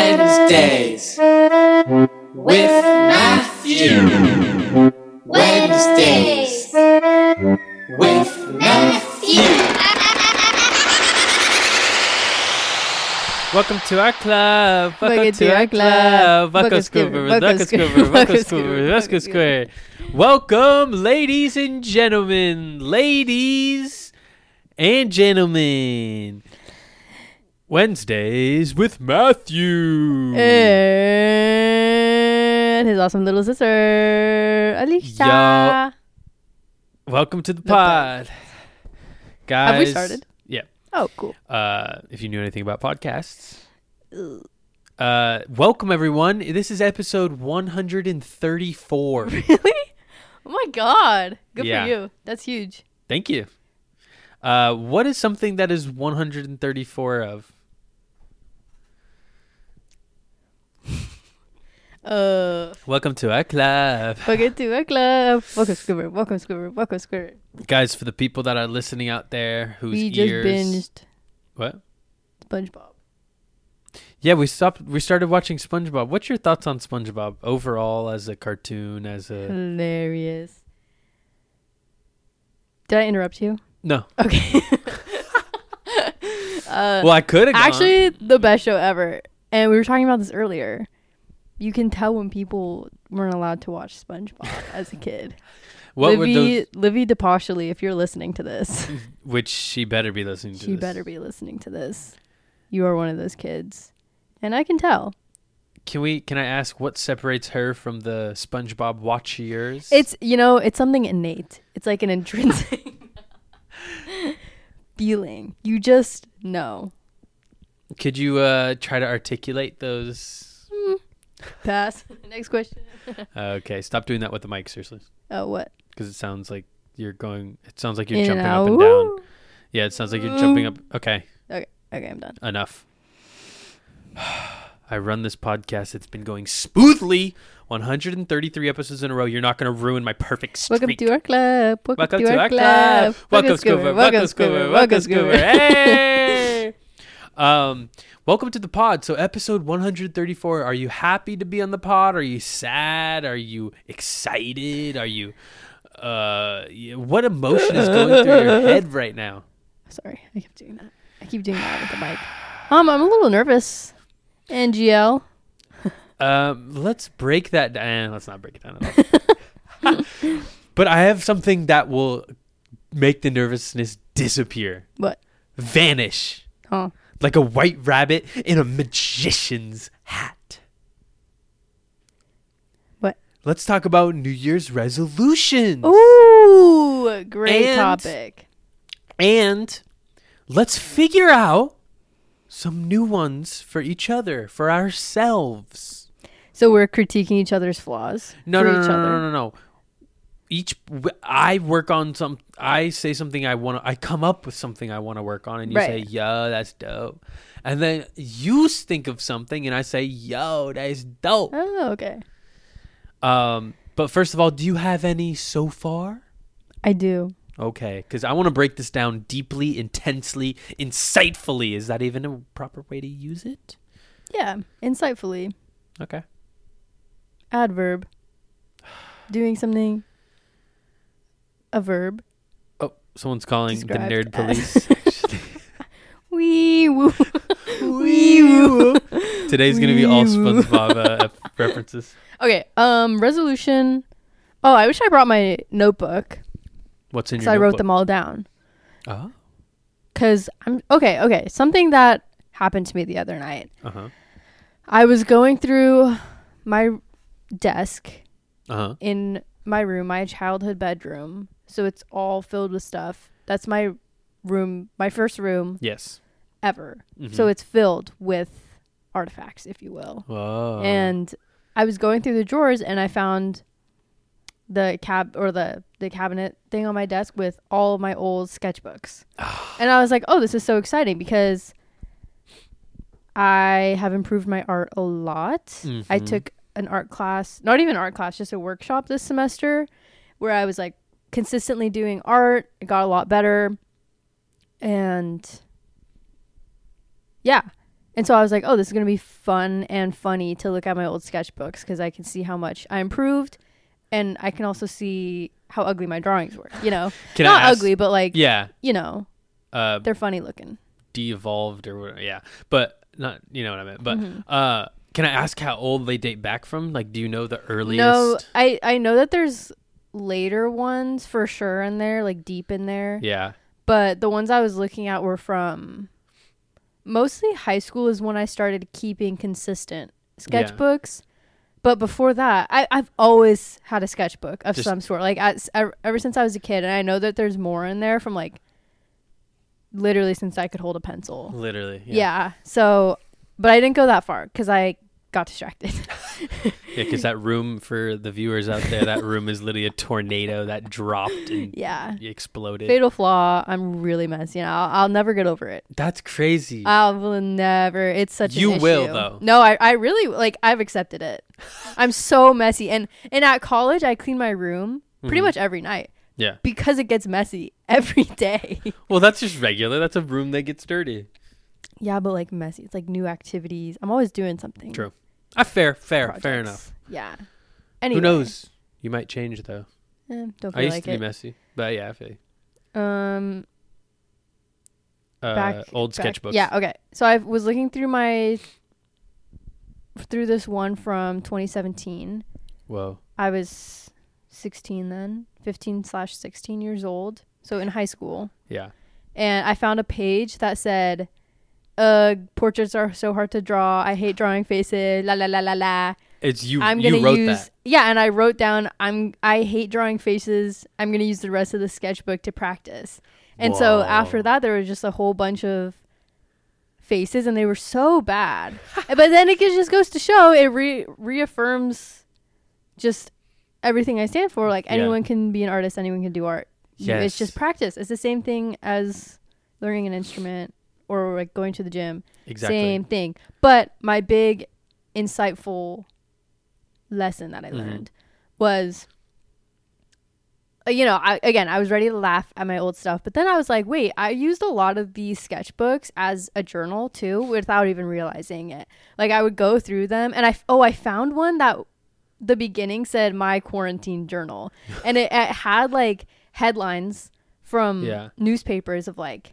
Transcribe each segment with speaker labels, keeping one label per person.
Speaker 1: Wednesdays with Matthew. Wednesdays with Matthew.
Speaker 2: Welcome to our club. Welcome
Speaker 3: Welcome
Speaker 2: to our club. Welcome scuba. Welcome scuba. Welcome scuba.
Speaker 3: scuba,
Speaker 2: Welcome
Speaker 3: welcome
Speaker 2: square. Welcome, ladies and gentlemen, ladies and gentlemen. Wednesdays with Matthew.
Speaker 3: And his awesome little sister, Alicia.
Speaker 2: Welcome to the
Speaker 3: bad.
Speaker 2: pod, guys.
Speaker 3: we started?
Speaker 2: Yeah.
Speaker 3: Oh, cool.
Speaker 2: Uh, if you knew anything about podcasts. Uh, welcome everyone. This is episode 134.
Speaker 3: Really? Oh my god. Good
Speaker 2: Yeah.
Speaker 3: for you. That's huge.
Speaker 2: Thank you. Uh, what is something that is 134 of?
Speaker 3: Uh,
Speaker 2: Welcome to our club.
Speaker 3: welcome to our club. Welcome, Squidward. Welcome, Squidward. Welcome, Squidward.
Speaker 2: Guys, for the people that are listening out there whose
Speaker 3: We just
Speaker 2: ears.
Speaker 3: binged
Speaker 2: What?
Speaker 3: SpongeBob.
Speaker 2: Yeah, we stopped. We started watching SpongeBob. What's your thoughts on SpongeBob overall as a cartoon? As
Speaker 3: Hmm.
Speaker 2: a.
Speaker 3: Hilarious. Did I interrupt you?
Speaker 2: No.
Speaker 3: Okay.
Speaker 2: well, I could have
Speaker 3: Uh, Actually, the best show ever. And we were talking about this earlier. You can tell when people weren't allowed to watch SpongeBob as a kid.
Speaker 2: What were
Speaker 3: Livy,
Speaker 2: those?
Speaker 3: Livy DePauchely, if you're listening to this,
Speaker 2: Which she better be listening to.
Speaker 3: she
Speaker 2: this.
Speaker 3: better be listening to this. You are one of those kids. And I can tell.
Speaker 2: Can we? Can I ask what separates her from the SpongeBob watchers?
Speaker 3: It's, you know, it's something innate. It's like an intrinsic feeling. You just know.
Speaker 2: Could you uh try to articulate those?
Speaker 3: Pass. Next question.
Speaker 2: Okay, stop doing that with the mic, seriously.
Speaker 3: Oh, what?
Speaker 2: because it sounds like you're going. It sounds like you're
Speaker 3: In
Speaker 2: jumping
Speaker 3: out.
Speaker 2: up and down. Yeah, it sounds like you're jumping up. Okay,
Speaker 3: Okay. Okay, I'm done.
Speaker 2: enough. I run this podcast. It's been going smoothly. 133 episodes in a row. You're not going to ruin my perfect streak.
Speaker 3: Welcome to our club. Welcome,
Speaker 2: Welcome to our club. Welcome, Scuba. Welcome, Scuba. Welcome, Scuba. Hey. Um, welcome to the pod. So, episode 134. Are you happy to be on the pod? Are you sad? Are you excited? Are you, uh, y- what emotion is going through your head right now?
Speaker 3: Sorry, I keep doing that. I keep doing that with the mic. Um, I'm a little nervous. NGL.
Speaker 2: Um, let's break that down. Let's not break it down at all. but I have something that will make the nervousness disappear,
Speaker 3: What?
Speaker 2: vanish.
Speaker 3: Huh?
Speaker 2: like a white rabbit in a magician's hat.
Speaker 3: What?
Speaker 2: Let's talk about New Year's resolutions.
Speaker 3: Ooh, great
Speaker 2: And-
Speaker 3: topic.
Speaker 2: And let's figure out some new ones for each other, for ourselves.
Speaker 3: So we're critiquing each other's flaws.
Speaker 2: No,
Speaker 3: for
Speaker 2: no, no,
Speaker 3: each
Speaker 2: no,
Speaker 3: other.
Speaker 2: no, no, no. Each w- I work on some. I say something I want. to I come up with something I want to work on, and you say,
Speaker 3: Right.
Speaker 2: "Yo, that's dope," and then you s- think of something, and I say, "Yo, that's dope."
Speaker 3: Oh, okay.
Speaker 2: Um, but first of all, do you have any so far?
Speaker 3: I do.
Speaker 2: Okay, because I want to break this down deeply, intensely, insightfully. Is that even a proper way to use it?
Speaker 3: Yeah, insightfully.
Speaker 2: Okay.
Speaker 3: Adverb. Doing something. A verb.
Speaker 2: Oh, someone's calling
Speaker 3: Described
Speaker 2: the nerd
Speaker 3: as-
Speaker 2: police. actually.
Speaker 3: Wee woo.
Speaker 2: Wee woo. Today's gonna be all
Speaker 3: Wee woo.
Speaker 2: SpongeBob uh, f- references.
Speaker 3: Okay. Um. Resolution. Oh, I wish I brought my notebook
Speaker 2: What's in
Speaker 3: because
Speaker 2: your?
Speaker 3: I wrote them
Speaker 2: notebook?
Speaker 3: all down.
Speaker 2: Oh,
Speaker 3: Cause I'm okay. Okay, something that happened to me the other night.
Speaker 2: uh huh,
Speaker 3: I was going through my desk
Speaker 2: uh huh.
Speaker 3: in my room, my childhood bedroom. So it's all filled with stuff. That's my room, my first room
Speaker 2: Yes.
Speaker 3: ever. So it's filled with artifacts, if you will.
Speaker 2: Whoa.
Speaker 3: And I was going through the drawers and I found the cab or the the cabinet thing on my desk with all of my old sketchbooks. and I was like, "Oh, this is so exciting because I have improved my art a lot. I took an art class, not even art class, just a workshop this semester where I was like consistently doing art. It got a lot better. And yeah, And so I was like, oh, this is going to be fun and funny to look at my old sketchbooks because I can see how much I improved and I can also see how ugly my drawings were, you know?
Speaker 2: Can I
Speaker 3: Not
Speaker 2: ask-
Speaker 3: ugly, but like,
Speaker 2: Yeah.
Speaker 3: you know,
Speaker 2: Uh,
Speaker 3: they're funny looking.
Speaker 2: de-evolved or whatever. Yeah, but not. You know what I meant. But
Speaker 3: Mm-hmm.
Speaker 2: uh, can I ask how old they date back from? Like, do you know the earliest?
Speaker 3: No, I, I know that there's later ones for sure in there, like deep in there.
Speaker 2: Yeah.
Speaker 3: But the ones I was looking at were from mostly high school is when I started keeping consistent sketchbooks. But before that, I, I've always had a sketchbook of
Speaker 2: Just-
Speaker 3: some sort. Like at, ev- ever since I was a kid, and I know that there's more in there from like literally since I could hold a pencil.
Speaker 2: Literally.
Speaker 3: Yeah. So, but I didn't go that far because I got distracted.
Speaker 2: Yeah, because that room for the viewers out there, that room is literally a tornado that dropped and
Speaker 3: yeah.
Speaker 2: exploded.
Speaker 3: Fatal flaw. I'm really messy. and I'll, I'll never get over it.
Speaker 2: That's crazy.
Speaker 3: I will never. It's such. an
Speaker 2: You will,
Speaker 3: issue.
Speaker 2: though.
Speaker 3: No, I, I really like. I've accepted it. I'm so messy, and and at college, I clean my room pretty much every night
Speaker 2: Mm-hmm. yeah.
Speaker 3: because it gets messy every day.
Speaker 2: Well, that's just regular. That's a room that gets dirty.
Speaker 3: yeah, but like messy. It's like new activities. I'm always doing something.
Speaker 2: True. Ah, fair, fair, fair
Speaker 3: Projects.
Speaker 2: enough.
Speaker 3: Yeah. Anyway,
Speaker 2: Who knows? You might change though.
Speaker 3: Eh, don't feel
Speaker 2: I used
Speaker 3: like
Speaker 2: to be
Speaker 3: it.
Speaker 2: messy, but yeah, I feel you.
Speaker 3: um.
Speaker 2: Uh,
Speaker 3: back
Speaker 2: old
Speaker 3: back-
Speaker 2: sketchbooks.
Speaker 3: Yeah, okay. So I was looking through my through this one from 2017.
Speaker 2: Whoa.
Speaker 3: I was 16 then, 15 slash 16 years old. So in high school.
Speaker 2: Yeah.
Speaker 3: And I found a page that said, uh, portraits are so hard to draw. I hate drawing faces. La la la la la.
Speaker 2: It's you.
Speaker 3: I'm
Speaker 2: you
Speaker 3: gonna
Speaker 2: wrote
Speaker 3: use
Speaker 2: that.
Speaker 3: yeah, and I wrote down I'm I hate drawing faces. I'm gonna use the rest of the sketchbook to practice. And so after
Speaker 2: Whoa.
Speaker 3: that, there was just a whole bunch of faces, and they were so bad. but then it just goes to show it re- reaffirms just everything I stand for. Like
Speaker 2: Yeah.
Speaker 3: anyone can be an artist, anyone can do art. You- It's
Speaker 2: Yes.
Speaker 3: just practice. It's the same thing as learning an instrument or like going to the gym
Speaker 2: Exactly.
Speaker 3: same thing. But my big insightful lesson that I learned was uh, you know, I again, I was ready to laugh at my old stuff, but then I was like, wait, I used a lot of these sketchbooks as a journal too without even realizing it. Like I would go through them and I f- oh, I found one that the beginning said my quarantine journal and it, it had like headlines from
Speaker 2: Yeah.
Speaker 3: newspapers of like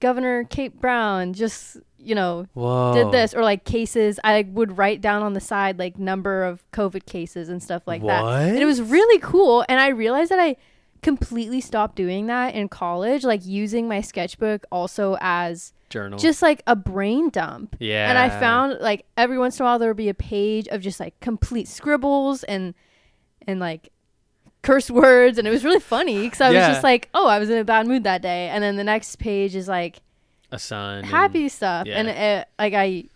Speaker 3: governor kate brown just you know
Speaker 2: Whoa.
Speaker 3: did this or like cases i would write down on the side like number of covid cases and stuff like that and it was really cool and i realized that i completely stopped doing that in college like using my sketchbook also as
Speaker 2: Journal.
Speaker 3: just like a brain dump
Speaker 2: Oh. yeah.
Speaker 3: and I found like every once in a while there would be a page of just like complete scribbles and and like curse words and it was really funny because I
Speaker 2: Yeah.
Speaker 3: was just like, oh, I was in a bad mood that day, and then the next page is like
Speaker 2: a son.
Speaker 3: happy stuff,
Speaker 2: yeah.
Speaker 3: and it, like I,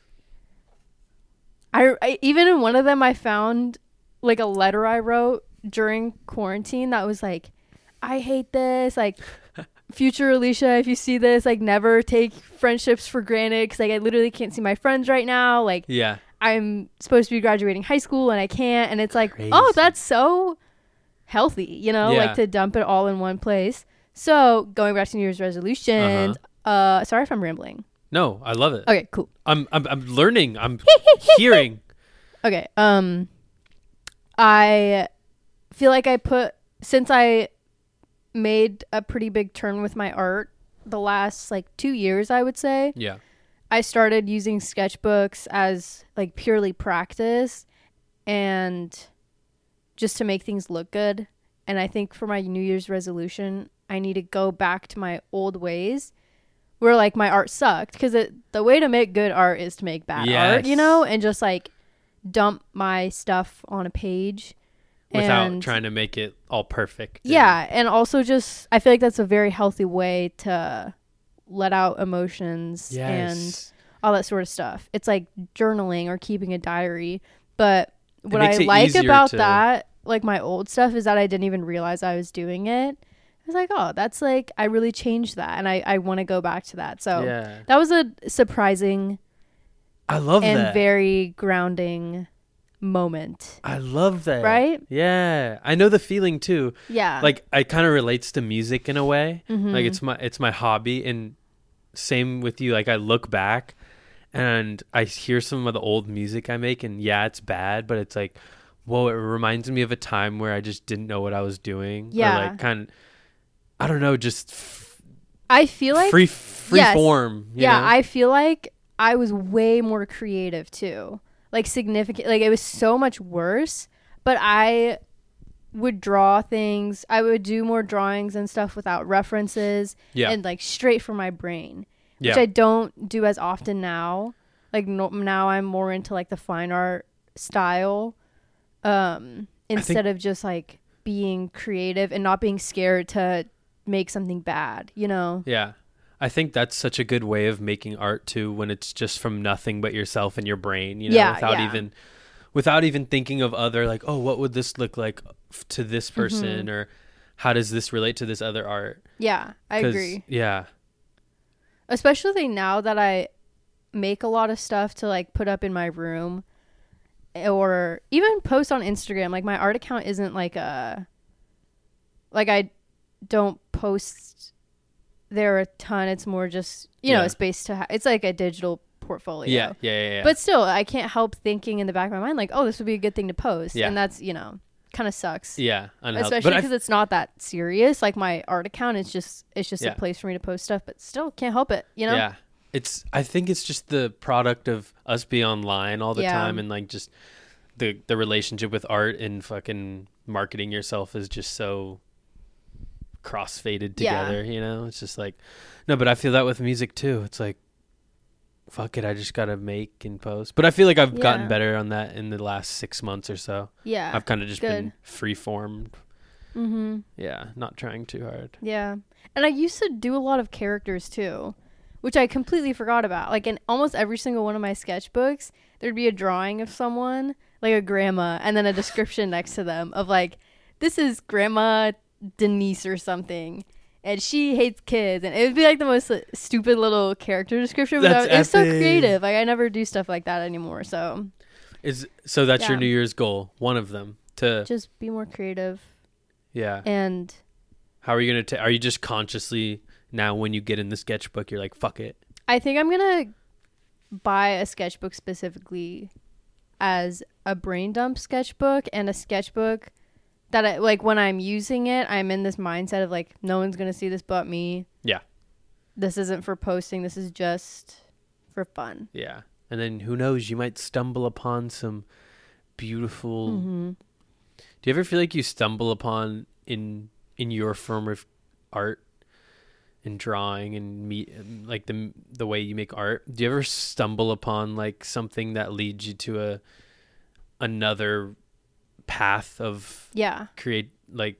Speaker 3: I I even in one of them I found like a letter I wrote during quarantine that was like, I hate this like. Future Alicia, if you see this, like never take friendships for granted because like I literally can't see my friends right now. Like
Speaker 2: Yeah.
Speaker 3: I'm supposed to be graduating high school and I can't. And it's like,
Speaker 2: Crazy.
Speaker 3: oh, that's so healthy, you know,
Speaker 2: Yeah.
Speaker 3: like to dump it all in one place. So going back to New Year's resolutions, uh
Speaker 2: Uh-huh.
Speaker 3: sorry if I'm rambling.
Speaker 2: No, I love it.
Speaker 3: Okay, cool.
Speaker 2: I'm, I'm I'm learning. I'm hearing.
Speaker 3: Okay. Um I feel like I put since I made a pretty big turn with my art the last like two years, I would say.
Speaker 2: Yeah.
Speaker 3: I started using sketchbooks as like purely practice and just to make things look good. And I think for my New Year's resolution, I need to go back to my old ways where like my art sucked because the way to make good art is to make bad art, you
Speaker 2: Yes.
Speaker 3: know, and just like dump my stuff on a page
Speaker 2: Without
Speaker 3: and-
Speaker 2: trying to make it all perfect. and-
Speaker 3: yeah, and also just I feel like that's a very healthy way to let out emotions and
Speaker 2: Yes.
Speaker 3: all that sort of stuff. It's like journaling or keeping a diary. But what I
Speaker 2: makes it
Speaker 3: like
Speaker 2: easier
Speaker 3: about
Speaker 2: to-
Speaker 3: that, like my old stuff, is that I didn't even realize I was doing it. I was like, oh, that's like I really changed that, and I I want to go back to that. So
Speaker 2: Yeah.
Speaker 3: that was a surprising
Speaker 2: I love
Speaker 3: and
Speaker 2: that.
Speaker 3: very grounding moment.
Speaker 2: I love that.
Speaker 3: Right?
Speaker 2: Yeah. I know the feeling too.
Speaker 3: Yeah,
Speaker 2: Like it kind of relates to music in
Speaker 3: Mm-hmm.
Speaker 2: a way. Like it's my it's my hobby and same with you like I look back and I hear some of the old music I make, and yeah, it's bad, but it's like, whoa, it reminds me of a time where I just didn't know what I was doing.
Speaker 3: Yeah.
Speaker 2: Or like kind of, I don't know, just f-
Speaker 3: I feel like
Speaker 2: free free
Speaker 3: yes.
Speaker 2: form. you
Speaker 3: yeah,
Speaker 2: know?
Speaker 3: I feel like I was way more creative too. Like significant like it was so much worse, but I would draw things. I would do more drawings and stuff without references
Speaker 2: yeah.
Speaker 3: and like straight from my brain,
Speaker 2: yeah.
Speaker 3: which I don't do as often now. Like no, now I'm more into like the fine art style um instead of just like being creative and not being scared to make something bad, you know.
Speaker 2: Yeah. I think that's such a good way of making art too when it's just from nothing but yourself and your brain, you know,
Speaker 3: Yeah,
Speaker 2: without
Speaker 3: yeah.
Speaker 2: even without even thinking of other like, oh, what would this look like f- to this
Speaker 3: Mm-hmm.
Speaker 2: person or how does this relate to this other art?
Speaker 3: Yeah, I
Speaker 2: 'Cause-
Speaker 3: agree.
Speaker 2: Yeah.
Speaker 3: especially now that I make a lot of stuff to like put up in my room or even post on Instagram. Like my art account isn't like a like I don't post there a ton. It's more just, you know,
Speaker 2: Yeah.
Speaker 3: a space to ha- it's like a digital portfolio.
Speaker 2: Yeah. Yeah, yeah, yeah.
Speaker 3: But still, I can't help thinking in the back of my mind like, "Oh, this would be a good thing to post."
Speaker 2: Yeah.
Speaker 3: And that's, you know, kind of sucks.
Speaker 2: yeah, unhealthy.
Speaker 3: Especially
Speaker 2: But I
Speaker 3: because it's not that serious. Like my art account is just it's just
Speaker 2: Yeah.
Speaker 3: a place for me to post stuff, but still can't help it, you know?
Speaker 2: Yeah. It's I think it's just the product of us being online all the
Speaker 3: Yeah.
Speaker 2: time and like just the the relationship with art and fucking marketing yourself is just so crossfaded
Speaker 3: Yeah.
Speaker 2: together, you know? It's just like no, but I feel that with music too. It's like fuck it, I just got to make and post. But I feel like I've gotten
Speaker 3: Yeah.
Speaker 2: better on that in the last 6 months or so.
Speaker 3: Yeah.
Speaker 2: I've kind of just been
Speaker 3: good.
Speaker 2: free formed.
Speaker 3: mm-hmm.
Speaker 2: Yeah, not trying too hard.
Speaker 3: Yeah. And I used to do a lot of characters too, which I completely forgot about. Like in almost every single one of my sketchbooks, there'd be a drawing of someone, like a grandma, and then a description next to them of like, this is Grandma Denise or something. And she hates kids, and it would be like the most like, stupid little character description. But I
Speaker 2: That's
Speaker 3: was- it's so
Speaker 2: epic.
Speaker 3: creative. Like I never do stuff like that anymore. So
Speaker 2: Is so that's your
Speaker 3: Yeah.
Speaker 2: new year's goal, one of them to
Speaker 3: just be more creative
Speaker 2: yeah.
Speaker 3: and
Speaker 2: How are you gonna? ta- are you just consciously now when you get in the sketchbook, you're like, fuck it.
Speaker 3: I think I'm gonna buy a sketchbook specifically as a brain dump sketchbook and a sketchbook that I like when I'm using it, I'm in this mindset of like no one's gonna see this but me.
Speaker 2: Yeah.
Speaker 3: This isn't for posting, this is just for fun.
Speaker 2: Yeah. And then who knows? You might stumble upon some beautiful. Do you ever feel like you stumble upon in in your form of art and drawing and meet like the the way you make art? Do you ever stumble upon like something that leads you to a another path of
Speaker 3: Yeah.
Speaker 2: create like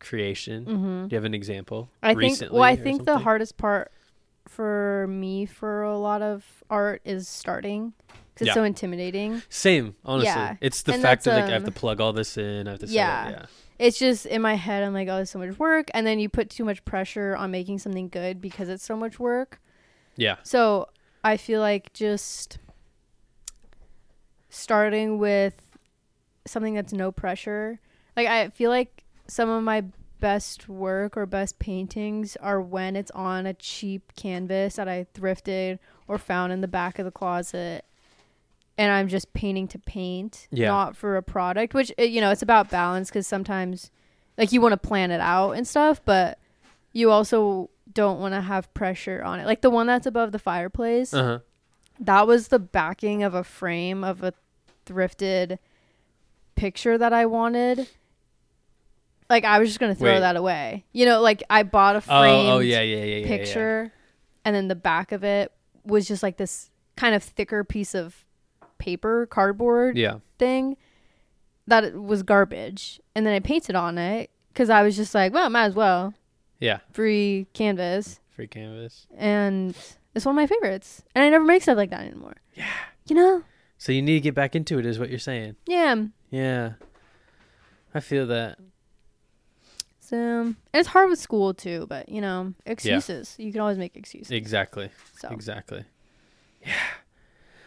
Speaker 2: creation? Do you have an example?
Speaker 3: Mm-hmm. I think well I
Speaker 2: or
Speaker 3: think the
Speaker 2: something?
Speaker 3: hardest part for me for a lot of art is starting because
Speaker 2: Yeah.
Speaker 3: it's so intimidating.
Speaker 2: Same, honestly.
Speaker 3: Yeah.
Speaker 2: It's the
Speaker 3: And
Speaker 2: fact that
Speaker 3: that's,
Speaker 2: like I have to
Speaker 3: um,
Speaker 2: plug all this in. I have to. Yeah.
Speaker 3: yeah.
Speaker 2: yeah.
Speaker 3: it's just in my head i'm like oh it's so much work and then you put too much pressure on making something good because it's so much work
Speaker 2: Yeah.
Speaker 3: so i feel like just starting with something that's no pressure like i feel like some of my best work or best paintings are when it's on a cheap canvas that i thrifted or found in the back of the closet and i'm just painting to paint
Speaker 2: Yeah.
Speaker 3: not for a product which uh, you know it's about balance because sometimes like you want to plan it out and stuff but you also don't want to have pressure on it like the one that's above the fireplace
Speaker 2: Uh huh.
Speaker 3: that was the backing of a frame of a thrifted picture that I wanted. Like I was just gonna throw
Speaker 2: Wait.
Speaker 3: that away. You know, like I bought a framed
Speaker 2: Oh, oh yeah, yeah, yeah, yeah, yeah.
Speaker 3: picture and then the back of it was just like this kind of thicker piece of paper, cardboard
Speaker 2: Yeah.
Speaker 3: thing that it was garbage. And then I painted on it because I was just like, well, might as well.
Speaker 2: Yeah.
Speaker 3: Free canvas
Speaker 2: Free canvas.
Speaker 3: and it's one of my favorites. And I never make stuff like that anymore. Yeah. You know?
Speaker 2: So you need to get back into it, is what you're saying.
Speaker 3: Yeah.
Speaker 2: Yeah. I feel that.
Speaker 3: So and it's hard with school too, but you know, excuses. You can always make excuses.
Speaker 2: Exactly.
Speaker 3: so
Speaker 2: Exactly.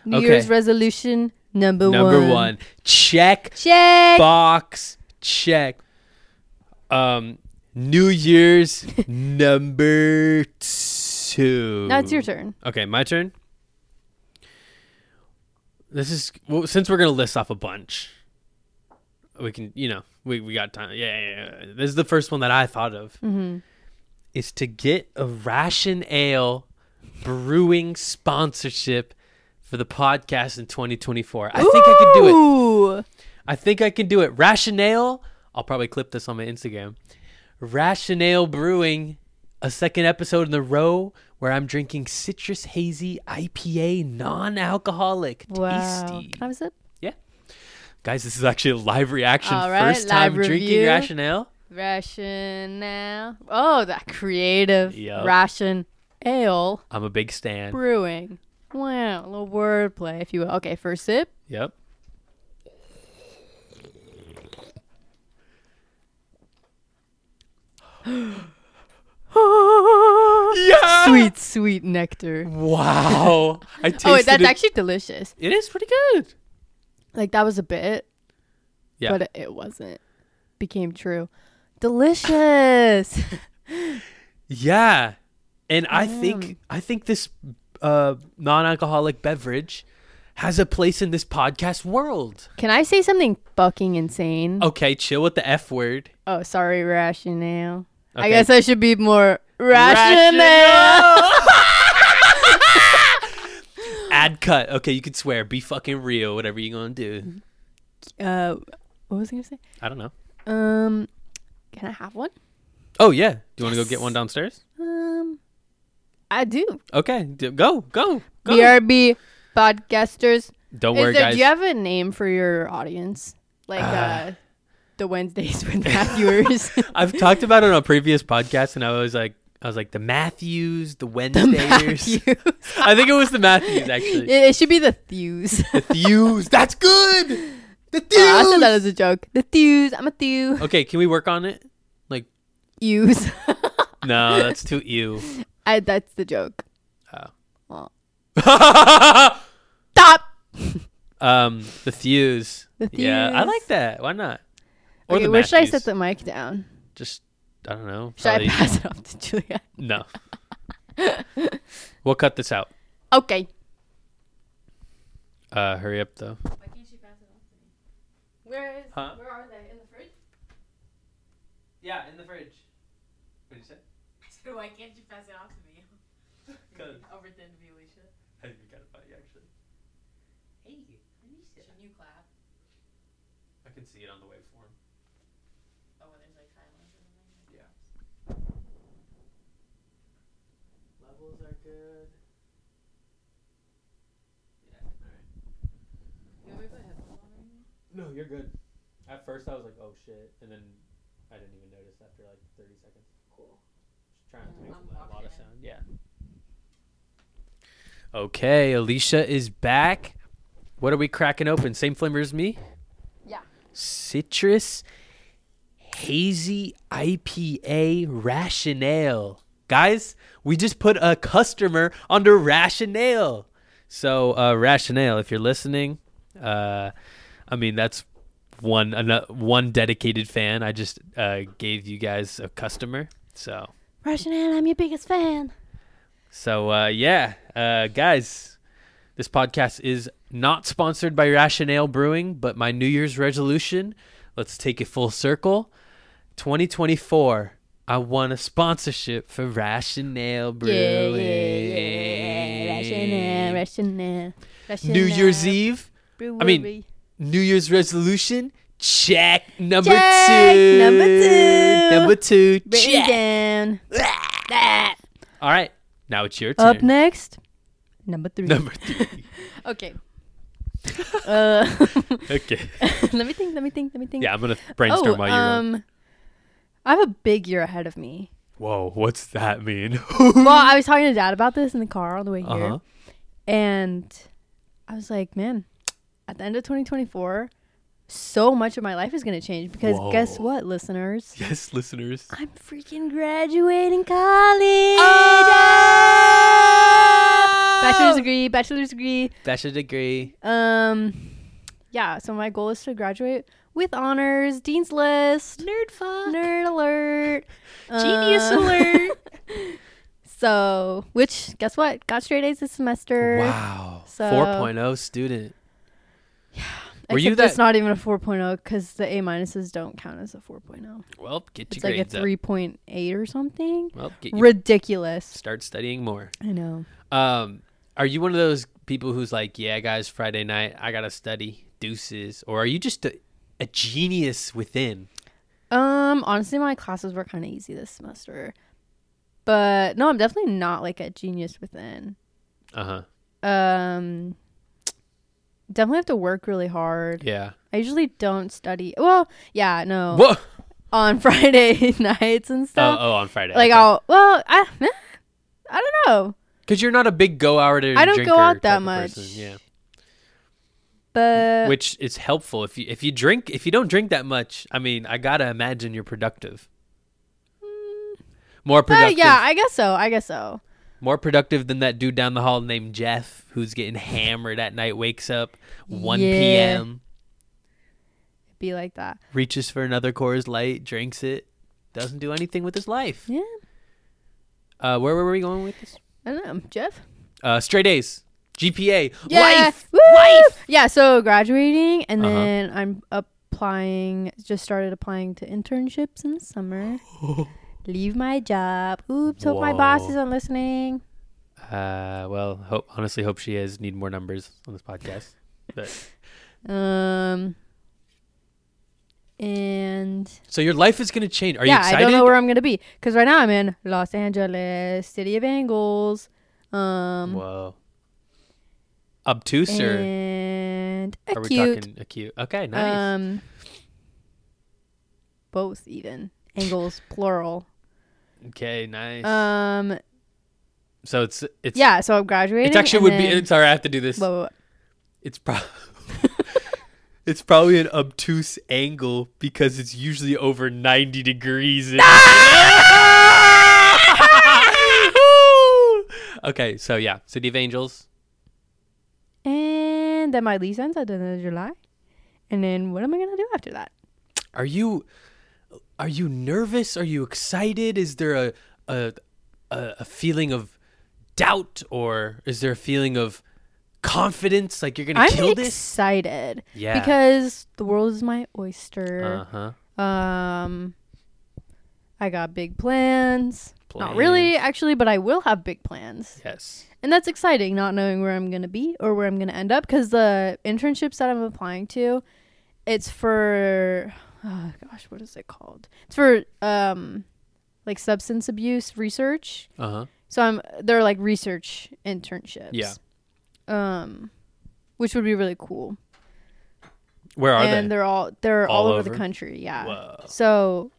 Speaker 3: New
Speaker 2: Okay.
Speaker 3: Year's resolution number,
Speaker 2: Number
Speaker 3: one.
Speaker 2: one. Check
Speaker 3: Check.
Speaker 2: box check. Um, New Year's number two.
Speaker 3: now it's your turn.
Speaker 2: Okay, my turn. This is well, since we're gonna list off a bunch. We can, you know, we, we got time. Yeah, yeah, yeah. This is the first one that I thought of.
Speaker 3: Mhm.
Speaker 2: Is to get a ration ale brewing sponsorship for the podcast in 2024. I think I can do it.
Speaker 3: Ooh.
Speaker 2: I think I can do it. Rationale. I'll probably clip this on my Instagram. Rationale Brewing, a second episode in a row where I'm drinking citrus hazy IPA, non-alcoholic,
Speaker 3: Wow.
Speaker 2: tasty.
Speaker 3: Can I have a sip?
Speaker 2: Guys, this is actually a live reaction.
Speaker 3: All right,
Speaker 2: First time
Speaker 3: live
Speaker 2: drinking
Speaker 3: review.
Speaker 2: Rationale.
Speaker 3: Rationale. Oh, that creative.
Speaker 2: Yup.
Speaker 3: Ration ale
Speaker 2: I'm a big stan.
Speaker 3: brewing. Wow, a little wordplay, if you will. Okay, first sip.
Speaker 2: Yep. yeah.
Speaker 3: Sweet, sweet nectar.
Speaker 2: Wow. I tasted
Speaker 3: Ah. Oh, wait, that's
Speaker 2: it.
Speaker 3: actually delicious.
Speaker 2: It is pretty good.
Speaker 3: Like that was a bit,
Speaker 2: Yeah.
Speaker 3: but it wasn't. Became true. Delicious.
Speaker 2: Yeah. And I think I think this uh, non-alcoholic beverage has a place in this podcast world.
Speaker 3: Can I say something fucking insane?
Speaker 2: Okay, chill with the F word.
Speaker 3: Oh, sorry, rationale. I
Speaker 2: Okay.
Speaker 3: guess I should be more rationale.
Speaker 2: Ad cut. Okay, you can swear. Be fucking real. Whatever you gonna
Speaker 3: Mm-hmm.
Speaker 2: do.
Speaker 3: Uh, what was I gonna say?
Speaker 2: I don't know.
Speaker 3: Um, can I have one?
Speaker 2: Oh yeah. Do you want to go get one downstairs?
Speaker 3: Um, I do.
Speaker 2: Okay. D- go. Go. Go.
Speaker 3: BRB podcasters.
Speaker 2: don't
Speaker 3: Is
Speaker 2: worry,
Speaker 3: there,
Speaker 2: guys.
Speaker 3: do you have a name for your audience? Like uh, the Wednesdays with Matthewers.
Speaker 2: I've talked about it on a previous podcast, and I was like, I was like the Matthews, the Wednesdayers. I think it was the Matthews
Speaker 3: it,
Speaker 2: actually.
Speaker 3: it should be the Thews.
Speaker 2: The Thews. That's good. The Thews.
Speaker 3: I said that as a joke. The Thews. I'm a Thew.
Speaker 2: okay, can we work on it?
Speaker 3: Use.
Speaker 2: No, that's too ew.
Speaker 3: I, that's the joke.
Speaker 2: um,
Speaker 3: Stop.
Speaker 2: the Thews.
Speaker 3: The
Speaker 2: Yeah, I
Speaker 3: Thews.
Speaker 2: like that. Why not? Or
Speaker 3: Okay,
Speaker 2: the
Speaker 3: where should I set
Speaker 2: Matthews.
Speaker 3: the mic down?
Speaker 2: Just I don't know.
Speaker 3: Should
Speaker 2: probably-
Speaker 3: I pass it off to Julia?
Speaker 2: no. we'll cut this out.
Speaker 3: Okay.
Speaker 2: Uh, hurry up though.
Speaker 3: Why can't she pass it off to me? Where is?
Speaker 2: Huh?
Speaker 3: Where are they? In the fridge?
Speaker 2: Yeah, in the fridge. What did you say?
Speaker 3: Why can't you pass it off to me? Over to Alicia. Hey, Alicia. Should you clap?
Speaker 2: I can see it on the waveform.
Speaker 3: Oh, when there's like silence or something.
Speaker 2: Levels are good.
Speaker 3: You want me to put headphones on?
Speaker 2: No, you're good. At first, I was like, "Oh shit," and then I didn't even notice after like 30 seconds. Cool. Just trying to make
Speaker 3: Mm, I'm
Speaker 2: a lot
Speaker 3: walking
Speaker 2: of
Speaker 3: in.
Speaker 2: sound. Yeah. Okay, Alicia is back. What are we cracking open? Same flavor as me.
Speaker 3: Yeah.
Speaker 2: Citrus, hazy IPA rationale. Guys, we just put a customer under rationale. So uh, rationale, if you're listening, uh, I mean that's one ano- one dedicated fan. I just uh, gave you guys a customer. So
Speaker 3: Rationale, I'm your biggest fan.
Speaker 2: so uh, yeah, uh, guys, this podcast is not sponsored by Rationale Brewing, but my New Year's resolution. Let's take it full circle. 2024. I want a sponsorship for Rationale Brewing.
Speaker 3: Yeah, yeah, yeah. Rationale, rationale. rationale
Speaker 2: New Year's Eve, I mean,
Speaker 3: brewery.
Speaker 2: New Year's resolution. Check number
Speaker 3: Check,
Speaker 2: two.
Speaker 3: number two.
Speaker 2: Number two.
Speaker 3: Written
Speaker 2: Check.
Speaker 3: down. Ah.
Speaker 2: All right. Now it's your turn.
Speaker 3: Up next, number three.
Speaker 2: number three.
Speaker 3: Okay. uh,
Speaker 2: Okay.
Speaker 3: let me think. Let me think. Let me think.
Speaker 2: Yeah, I'm gonna brainstorm while you're on.
Speaker 3: um, I have a big year ahead of me.
Speaker 2: Whoa, what's that mean?
Speaker 3: Well, I was talking to Dad about this in the car on the way here,
Speaker 2: Mm-hmm. Uh-huh.
Speaker 3: and I was like, "Man, at the end of 2024, so much of my life is gonna change because guess
Speaker 2: Whoa.
Speaker 3: what, listeners?
Speaker 2: yes, listeners.
Speaker 3: I'm freaking graduating college.
Speaker 2: Oh!
Speaker 3: Bachelor's degree, bachelor's degree.
Speaker 2: Bachelor degree.
Speaker 3: Um, yeah. So my goal is to graduate with honors, dean's list, nerd fun, nerd alert, Uh,
Speaker 2: Genius
Speaker 3: alert. so, which guess what? Got straight A's this semester.
Speaker 2: Wow.
Speaker 3: So-
Speaker 2: 4.0 student. Were you
Speaker 3: Except
Speaker 2: that-
Speaker 3: It's not even a 4.0 because the A minuses don't count as a 4.0.
Speaker 2: Well, get your
Speaker 3: It's like a
Speaker 2: grades up.
Speaker 3: 3.8 or something.
Speaker 2: Well, get you,
Speaker 3: Ridiculous.
Speaker 2: start studying more.
Speaker 3: I know.
Speaker 2: Um, are you one of those people who's like, yeah, guys, Friday night, I gotta study, deuces, or are you just a, a genius within?
Speaker 3: Um, honestly, my classes were kind of easy this semester, but no, I'm definitely not like a genius within.
Speaker 2: Uh huh.
Speaker 3: Um, definitely have to work really hard.
Speaker 2: Yeah.
Speaker 3: I usually don't study. Well, yeah, no,
Speaker 2: Whoa.
Speaker 3: on Friday nights and
Speaker 2: Oh,
Speaker 3: stuff.
Speaker 2: oh, on Friday.
Speaker 3: like I'll well, I, I don't know,
Speaker 2: because you're not a big go out or
Speaker 3: I don't go
Speaker 2: drinker
Speaker 3: out that
Speaker 2: type of
Speaker 3: much. Uh,
Speaker 2: person, Yeah.
Speaker 3: but
Speaker 2: Which is helpful if you if you drink if you don't drink that much. I mean, I gotta imagine you're productive. More
Speaker 3: but
Speaker 2: productive.
Speaker 3: Uh, yeah, I guess so. I guess so.
Speaker 2: More productive than that dude down the hall named Jeff, who's getting hammered at night, wakes up 1
Speaker 3: Yeah.
Speaker 2: p.m.,
Speaker 3: Be like that.
Speaker 2: reaches for another Coors Light, drinks it, doesn't do anything with his life.
Speaker 3: Yeah,
Speaker 2: Uh, where were we going with this?
Speaker 3: I don't know, Jeff.
Speaker 2: Uh, straight A's, GPA,
Speaker 3: Yeah.
Speaker 2: life,
Speaker 3: Woo!
Speaker 2: life.
Speaker 3: Yeah, so graduating and
Speaker 2: Uh-huh.
Speaker 3: then I'm applying just started applying to internships in the summer. Leave my job. Oops, hope my boss
Speaker 2: Whoa.
Speaker 3: isn't listening.
Speaker 2: Uh, well, hope, honestly, hope she is. Need more numbers on this podcast. But
Speaker 3: Um and
Speaker 2: so your life is gonna change. Are you
Speaker 3: yeah, I
Speaker 2: excited?
Speaker 3: don't know where I'm gonna be. Cause right now I'm in Los Angeles, city of angles. Um
Speaker 2: Whoa. Obtuse or
Speaker 3: and
Speaker 2: are we
Speaker 3: acute.
Speaker 2: talking acute? Okay, nice.
Speaker 3: Um both even. Angles plural.
Speaker 2: okay, nice.
Speaker 3: Um
Speaker 2: so it's it's
Speaker 3: yeah, so I'm graduating.
Speaker 2: It actually
Speaker 3: and
Speaker 2: would
Speaker 3: then-
Speaker 2: be. Sorry, I have to do this.
Speaker 3: Whoa, whoa, whoa.
Speaker 2: It's probably it's probably an obtuse angle because it's usually over ninety degrees. in- okay, so yeah, City of Angels.
Speaker 3: And then my lease ends at the end of July. And then what am I gonna do after that?
Speaker 2: Are you are you nervous? Are you excited? Is there a a a, a feeling of doubt or is there a feeling of confidence like you're gonna
Speaker 3: I'm
Speaker 2: kill this?
Speaker 3: excited
Speaker 2: Yeah.
Speaker 3: because the world is my oyster.
Speaker 2: uh-huh.
Speaker 3: Um, I got big plans. Not really, actually, but I will have big plans,
Speaker 2: Yes.
Speaker 3: and that's exciting. Not knowing where I'm gonna be or where I'm gonna end up, because the internships that I'm applying to, it's for, oh gosh, what is it called? It's for um, like substance abuse research.
Speaker 2: Uh-huh.
Speaker 3: So I'm they're like research internships.
Speaker 2: Yeah.
Speaker 3: Um which would be really cool.
Speaker 2: Where are
Speaker 3: and
Speaker 2: they?
Speaker 3: are all they're all,
Speaker 2: All
Speaker 3: over, the
Speaker 2: over?
Speaker 3: country, yeah.
Speaker 2: Whoa.
Speaker 3: So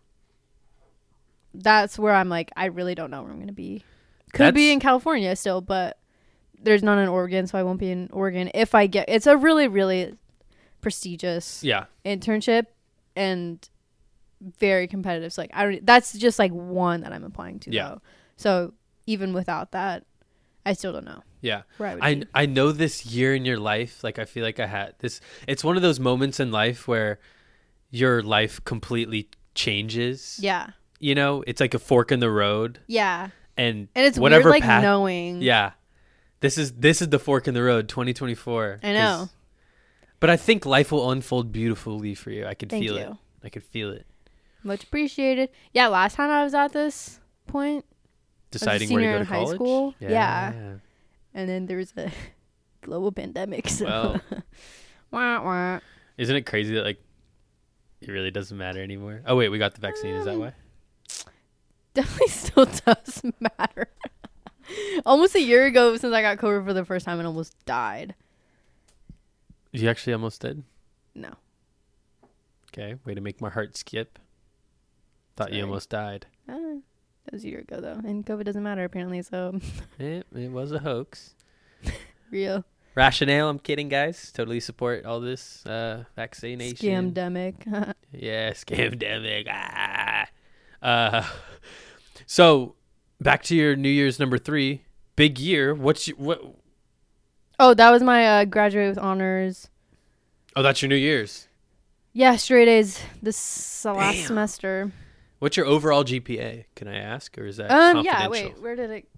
Speaker 3: that's where I'm like I really don't know where I'm going to be. Could be
Speaker 2: That's-
Speaker 3: in California still, but there's none in Oregon, so I won't be in Oregon if I get It's a really really prestigious
Speaker 2: Yeah.
Speaker 3: internship and very competitive. So like I don't that's just like one that I'm applying to
Speaker 2: Yeah.
Speaker 3: though. So even without that, I still don't know
Speaker 2: Yeah.
Speaker 3: where I would
Speaker 2: I
Speaker 3: be.
Speaker 2: I know this year in your life, like I feel like I had this it's one of those moments in life where your life completely changes.
Speaker 3: Yeah.
Speaker 2: You know, it's like a fork in the road
Speaker 3: Yeah.
Speaker 2: and,
Speaker 3: And it's
Speaker 2: whatever
Speaker 3: weird like
Speaker 2: path
Speaker 3: knowing.
Speaker 2: Yeah. This is this is the fork in the road 2024.
Speaker 3: I know.
Speaker 2: 'Cause- But I think life will unfold beautifully for you. I could
Speaker 3: Thank
Speaker 2: feel it.
Speaker 3: you.
Speaker 2: I could feel it.
Speaker 3: Much appreciated. Yeah, last time I was at this point
Speaker 2: Deciding where to
Speaker 3: senior
Speaker 2: go to
Speaker 3: in high
Speaker 2: college.
Speaker 3: school. and then there was a global pandemic. So
Speaker 2: Well.
Speaker 3: wah, wah.
Speaker 2: Isn't it crazy that like it really doesn't matter anymore? Oh wait, we got the vaccine, is that
Speaker 3: Um,
Speaker 2: why?
Speaker 3: definitely still does matter. almost a year ago since I got COVID for the first time and almost died.
Speaker 2: You actually almost did?
Speaker 3: No.
Speaker 2: Okay, way to make my heart skip. Thought
Speaker 3: Sorry.
Speaker 2: you almost died.
Speaker 3: Ah, that was a year ago though, and COVID doesn't matter apparently. So
Speaker 2: It, it was a hoax.
Speaker 3: real
Speaker 2: Rationale, I'm kidding, guys. Totally support all this uh, vaccination.
Speaker 3: scamdemic.
Speaker 2: Yeah, scamdemic. Ah. Uh, so, back to your New Year's number three. Big year. What's your, what?
Speaker 3: oh, that was my uh, graduate with honors.
Speaker 2: Oh, that's your New Year's.
Speaker 3: Yeah, straight A's this uh, last
Speaker 2: Damn.
Speaker 3: semester.
Speaker 2: What's your overall GPA? Can I ask, or is that
Speaker 3: Um,
Speaker 2: confidential?
Speaker 3: yeah. Wait, where did it?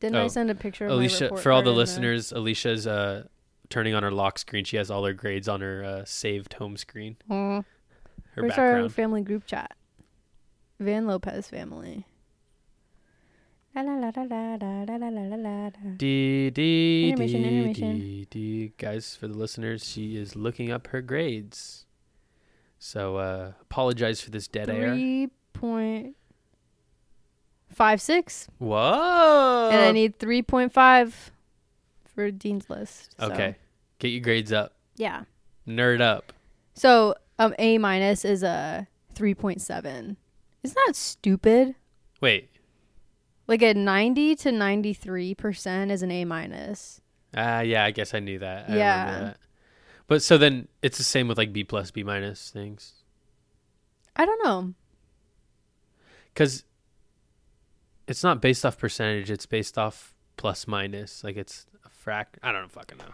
Speaker 3: Didn't I
Speaker 2: Oh,
Speaker 3: send a picture? Of my
Speaker 2: Alicia,
Speaker 3: report
Speaker 2: for all
Speaker 3: card
Speaker 2: the
Speaker 3: in
Speaker 2: listeners, Alicia's uh, turning on her lock screen, she has all her grades on her uh, saved home screen.
Speaker 3: Mm.
Speaker 2: Her
Speaker 3: Where's our
Speaker 2: background.
Speaker 3: family group chat? Van Lopez family. La la la la la la la la la la la.
Speaker 2: D D
Speaker 3: Intermission,
Speaker 2: D
Speaker 3: intermission.
Speaker 2: D D. Guys, for the listeners, she is looking up her grades. So uh, apologize for this dead air.
Speaker 3: Three point five six,
Speaker 2: Whoa!
Speaker 3: and I need three point five for Dean's list. so,
Speaker 2: okay, get your grades up.
Speaker 3: Yeah.
Speaker 2: Nerd up.
Speaker 3: So um, A minus is a three point seven. Isn't that stupid?
Speaker 2: Wait.
Speaker 3: Like a ninety to ninety three percent is an A minus.
Speaker 2: Ah, yeah. I guess I knew that. I yeah.
Speaker 3: Yeah.
Speaker 2: Remember that. But so then it's the same with like B plus, B minus things.
Speaker 3: I don't know.
Speaker 2: because it's not based off percentage it's based off plus minus like it's a frac i don't fucking know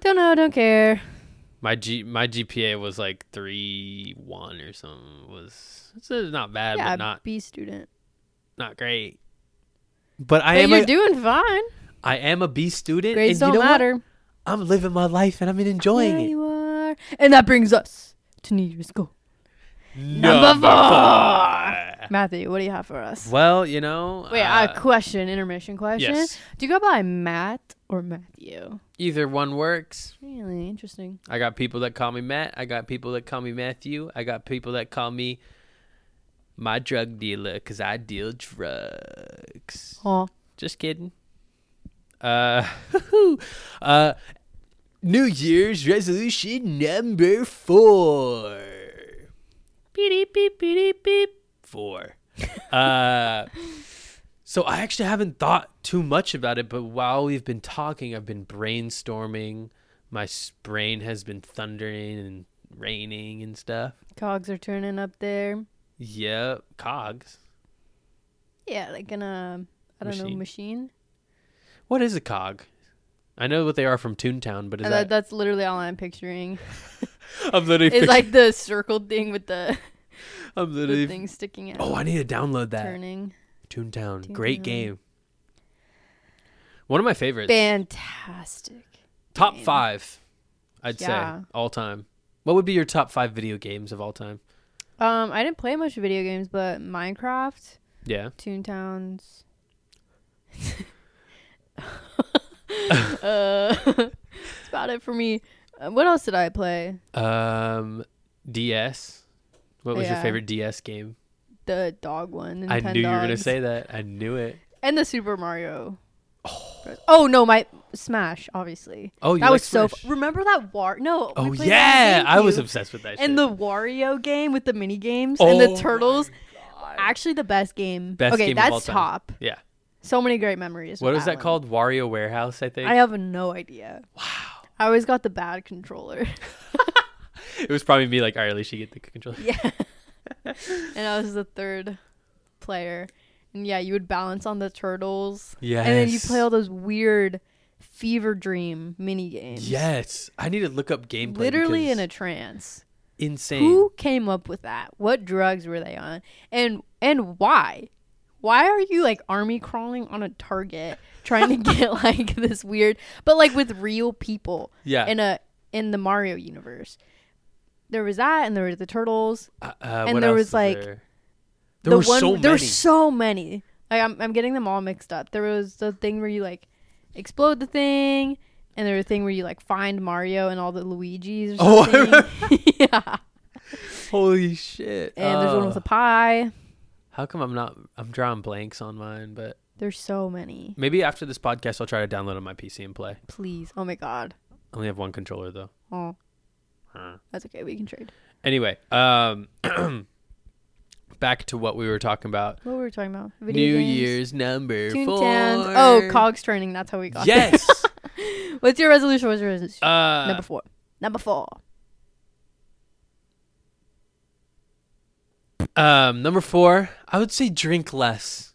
Speaker 3: Don't know. Don't care.
Speaker 2: my g my gpa was like 3 1 or something It was it's uh, not bad
Speaker 3: yeah,
Speaker 2: but not
Speaker 3: B student.
Speaker 2: not great but i
Speaker 3: But
Speaker 2: am
Speaker 3: you're
Speaker 2: a,
Speaker 3: doing fine.
Speaker 2: i am a b student
Speaker 3: Grades
Speaker 2: and
Speaker 3: don't
Speaker 2: you know what?
Speaker 3: matter.
Speaker 2: i'm living my life and i'm
Speaker 3: Yeah,
Speaker 2: enjoying it
Speaker 3: you are. And that brings us to New Year's goal.
Speaker 2: number four
Speaker 3: Matthew, what do you have for us?
Speaker 2: well you know
Speaker 3: Wait,
Speaker 2: uh,
Speaker 3: a question, intermission question.
Speaker 2: yes
Speaker 3: Do you go by Matt or Matthew?
Speaker 2: either one works
Speaker 3: Really interesting.
Speaker 2: I got people that call me Matt. I got people that call me Matthew. I got people that call me my drug dealer because I deal drugs.
Speaker 3: Huh.
Speaker 2: Just kidding. Uh, uh, New Year's resolution number four. Beep, beep, beep, beep. Four. uh, so I actually haven't thought too much about it, but while we've been talking, I've been brainstorming. My s- brain has been thundering and raining and stuff.
Speaker 3: Cogs are turning up there.
Speaker 2: Yep, cogs.
Speaker 3: Yeah, like in a I don't know
Speaker 2: Machine.
Speaker 3: machine.
Speaker 2: What is a cog? I know what they are from Toontown, but is
Speaker 3: And
Speaker 2: that,
Speaker 3: that, that's literally all I'm picturing.
Speaker 2: I'm literally
Speaker 3: It's
Speaker 2: fix-
Speaker 3: like the circle thing with the,
Speaker 2: I'm
Speaker 3: the
Speaker 2: literally
Speaker 3: thing sticking out,
Speaker 2: Oh, I need to download that.
Speaker 3: turning.
Speaker 2: Toontown. Great
Speaker 3: Toontown.
Speaker 2: game. One of my favorites.
Speaker 3: Fantastic.
Speaker 2: top
Speaker 3: game.
Speaker 2: five, I'd
Speaker 3: Yeah.
Speaker 2: say, all time. What would be your top five video games of all time?
Speaker 3: Um, I didn't play much video games, but Minecraft,
Speaker 2: Yeah.
Speaker 3: Toontowns. uh, that's about it for me. Uh, what else did I play?
Speaker 2: Um, DS. What was your
Speaker 3: Yeah.
Speaker 2: favorite DS game?
Speaker 3: The dog one.
Speaker 2: I
Speaker 3: Nintendogs,
Speaker 2: knew you were gonna say that. I knew it.
Speaker 3: And the Super Mario. Bros. Oh, no, my Smash, obviously.
Speaker 2: Oh, you
Speaker 3: that
Speaker 2: like
Speaker 3: was so.
Speaker 2: Smash.
Speaker 3: Fu- Remember that War? No. we
Speaker 2: Oh
Speaker 3: played that
Speaker 2: yeah,
Speaker 3: on
Speaker 2: I was
Speaker 3: GameCube.
Speaker 2: obsessed with that. shit.
Speaker 3: And the Wario game with the mini games
Speaker 2: oh,
Speaker 3: and the
Speaker 2: my
Speaker 3: turtles.
Speaker 2: God.
Speaker 3: Actually, the best game.
Speaker 2: Best
Speaker 3: okay,
Speaker 2: game of
Speaker 3: that's
Speaker 2: all time.
Speaker 3: top.
Speaker 2: Yeah.
Speaker 3: So many great memories.
Speaker 2: What
Speaker 3: with
Speaker 2: was that
Speaker 3: one.
Speaker 2: called? Wario Warehouse, I think.
Speaker 3: I have no idea. Wow. I always got the bad controller.
Speaker 2: it was probably me. Like, all right, at least you get the controller.
Speaker 3: yeah. and I was the third player. And yeah, you would balance on the turtles.
Speaker 2: Yes.
Speaker 3: And then you play all those weird fever dream mini games.
Speaker 2: Yes, I need to look up gameplay.
Speaker 3: Literally in
Speaker 2: because
Speaker 3: a trance.
Speaker 2: insane.
Speaker 3: Who came up with that? What drugs were they on? And and why? Why are you like army crawling on a target trying to get like this weird but like with real people?
Speaker 2: Yeah.
Speaker 3: in a in the Mario universe. There was that, and there were the turtles.
Speaker 2: Uh, uh,
Speaker 3: and
Speaker 2: what
Speaker 3: there
Speaker 2: else
Speaker 3: was,
Speaker 2: is
Speaker 3: like,
Speaker 2: there,
Speaker 3: The
Speaker 2: There were
Speaker 3: one,
Speaker 2: so
Speaker 3: There were
Speaker 2: many.
Speaker 3: so many. Like I'm, I'm getting them all mixed up. There was the thing where you like explode the thing, and there was a thing where you like find Mario and all the Luigi's. Or
Speaker 2: Oh, I
Speaker 3: something. yeah.
Speaker 2: Holy shit!
Speaker 3: And there's one with
Speaker 2: Oh.
Speaker 3: a pie.
Speaker 2: How come I'm not? I'm drawing blanks on mine, but
Speaker 3: There's so many.
Speaker 2: maybe after this podcast, I'll try to download on my PC and play.
Speaker 3: Please. Oh my God.
Speaker 2: I only have one controller though.
Speaker 3: Oh,
Speaker 2: Huh.
Speaker 3: that's okay. We can trade.
Speaker 2: Anyway, um, back to what we were talking about.
Speaker 3: What were we talking about?
Speaker 2: New
Speaker 3: games,
Speaker 2: Year's number
Speaker 3: Toontowns.
Speaker 2: four.
Speaker 3: Oh, cogs training. That's how we got. there.
Speaker 2: Yes.
Speaker 3: What's your resolution? What's your resolution?
Speaker 2: uh,
Speaker 3: Number four. Number four.
Speaker 2: um, number four. I would say drink less.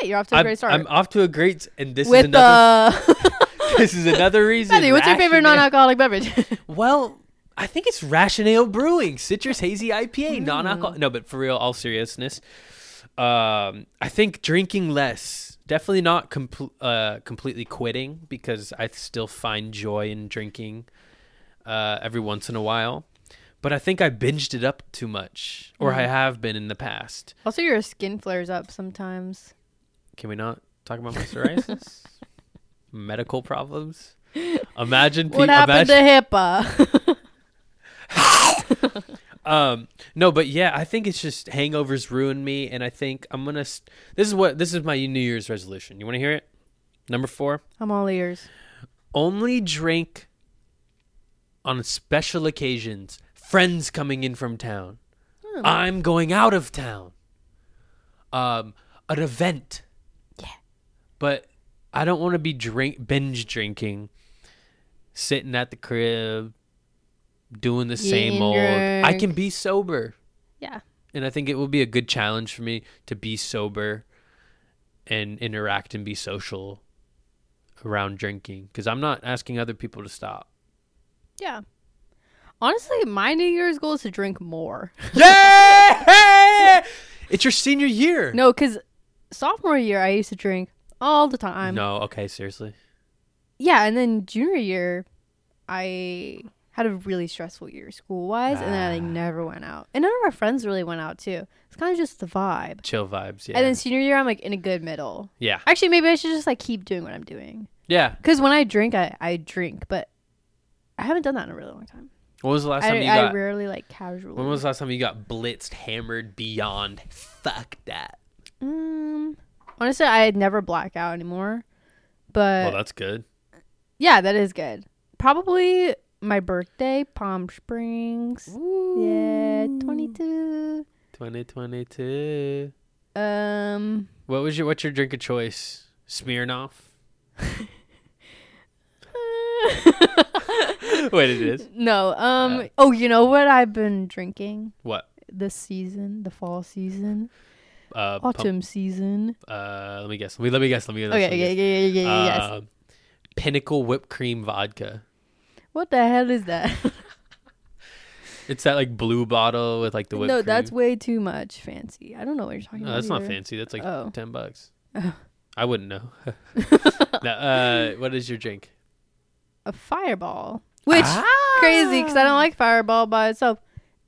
Speaker 3: Hey, you're off to a
Speaker 2: I'm,
Speaker 3: great start.
Speaker 2: I'm off to a great, and this is
Speaker 3: With
Speaker 2: another.
Speaker 3: the
Speaker 2: this is another reason.
Speaker 3: Matthew, what's your favorite
Speaker 2: rationale-
Speaker 3: non-alcoholic beverage?
Speaker 2: Well, I think it's Rationale Brewing, Citrus Hazy
Speaker 3: Mm.
Speaker 2: IPA, non alcohol. No, but for real, all seriousness, um, I think drinking less, Definitely not compl- uh, completely quitting because I still find joy in drinking uh, every once in a while. But I think I binged it up too much, or
Speaker 3: Mm.
Speaker 2: I have been in the past.
Speaker 3: Also, your skin flares up sometimes.
Speaker 2: Can we not talk about my psoriasis? Medical problems? Imagine
Speaker 3: What happened
Speaker 2: imagine-
Speaker 3: to HIPAA?
Speaker 2: um no but yeah i think it's just hangovers ruin me and i think i'm gonna st- this is what this is my new year's resolution you want to hear it number four
Speaker 3: I'm all ears.
Speaker 2: only drink on special occasions friends coming in from town i'm going out of town um an event but i don't want to be drink binge drinking sitting at the crib doing the same
Speaker 3: Getting
Speaker 2: old i
Speaker 3: drunk.
Speaker 2: can be sober
Speaker 3: Yeah.
Speaker 2: and I think it will be a good challenge for me to be sober and interact and be social around drinking because I'm not asking other people to stop.
Speaker 3: Yeah. Honestly, my New Year's goal is to drink more.
Speaker 2: Yeah, it's your senior year.
Speaker 3: No, because sophomore year I used to drink all the time.
Speaker 2: no, okay, seriously.
Speaker 3: Yeah, and then junior year, I had a really stressful year school wise, and then I
Speaker 2: Ah.
Speaker 3: like, never went out. And none of our friends really went out too. It's kind of just the vibe.
Speaker 2: Chill vibes. Yeah,
Speaker 3: And then senior year, I'm like in a good middle.
Speaker 2: yeah,
Speaker 3: Actually, maybe I should just like keep doing what I'm doing.
Speaker 2: yeah.
Speaker 3: Because when I drink, I, I drink, but I haven't done that in a really long time.
Speaker 2: When was the last
Speaker 3: I,
Speaker 2: time you
Speaker 3: I
Speaker 2: got?
Speaker 3: rarely like casual.
Speaker 2: when was the last time you got blitzed, hammered beyond? Fuck that.
Speaker 3: um, honestly, I never black out anymore. But
Speaker 2: Well, that's good.
Speaker 3: Yeah, that is good. Probably my birthday, Palm Springs. Yeah, 22.
Speaker 2: 2022.
Speaker 3: Um,
Speaker 2: What was your what's your drink of choice? Smirnoff. What it is?
Speaker 3: no. Um,
Speaker 2: Uh.
Speaker 3: oh, you know what I've been drinking
Speaker 2: What?
Speaker 3: this season, the fall season,
Speaker 2: Uh, pump-
Speaker 3: autumn season.
Speaker 2: uh, let me guess. Let me, let me guess. Let me guess.
Speaker 3: Okay,
Speaker 2: let me
Speaker 3: okay,
Speaker 2: guess.
Speaker 3: yeah, yeah, yeah, yeah, yes.
Speaker 2: Uh, Pinnacle whipped cream vodka.
Speaker 3: What the hell is that?
Speaker 2: It's that like blue bottle with like the whipped
Speaker 3: no,
Speaker 2: cream.
Speaker 3: that's way too much fancy. I don't know what you're talking
Speaker 2: no,
Speaker 3: about.
Speaker 2: that's not
Speaker 3: either.
Speaker 2: fancy. That's like
Speaker 3: Oh.
Speaker 2: ten bucks. I wouldn't know. No, uh, what is your drink?
Speaker 3: A fireball, which
Speaker 2: Ah.
Speaker 3: crazy because I don't like fireball by itself.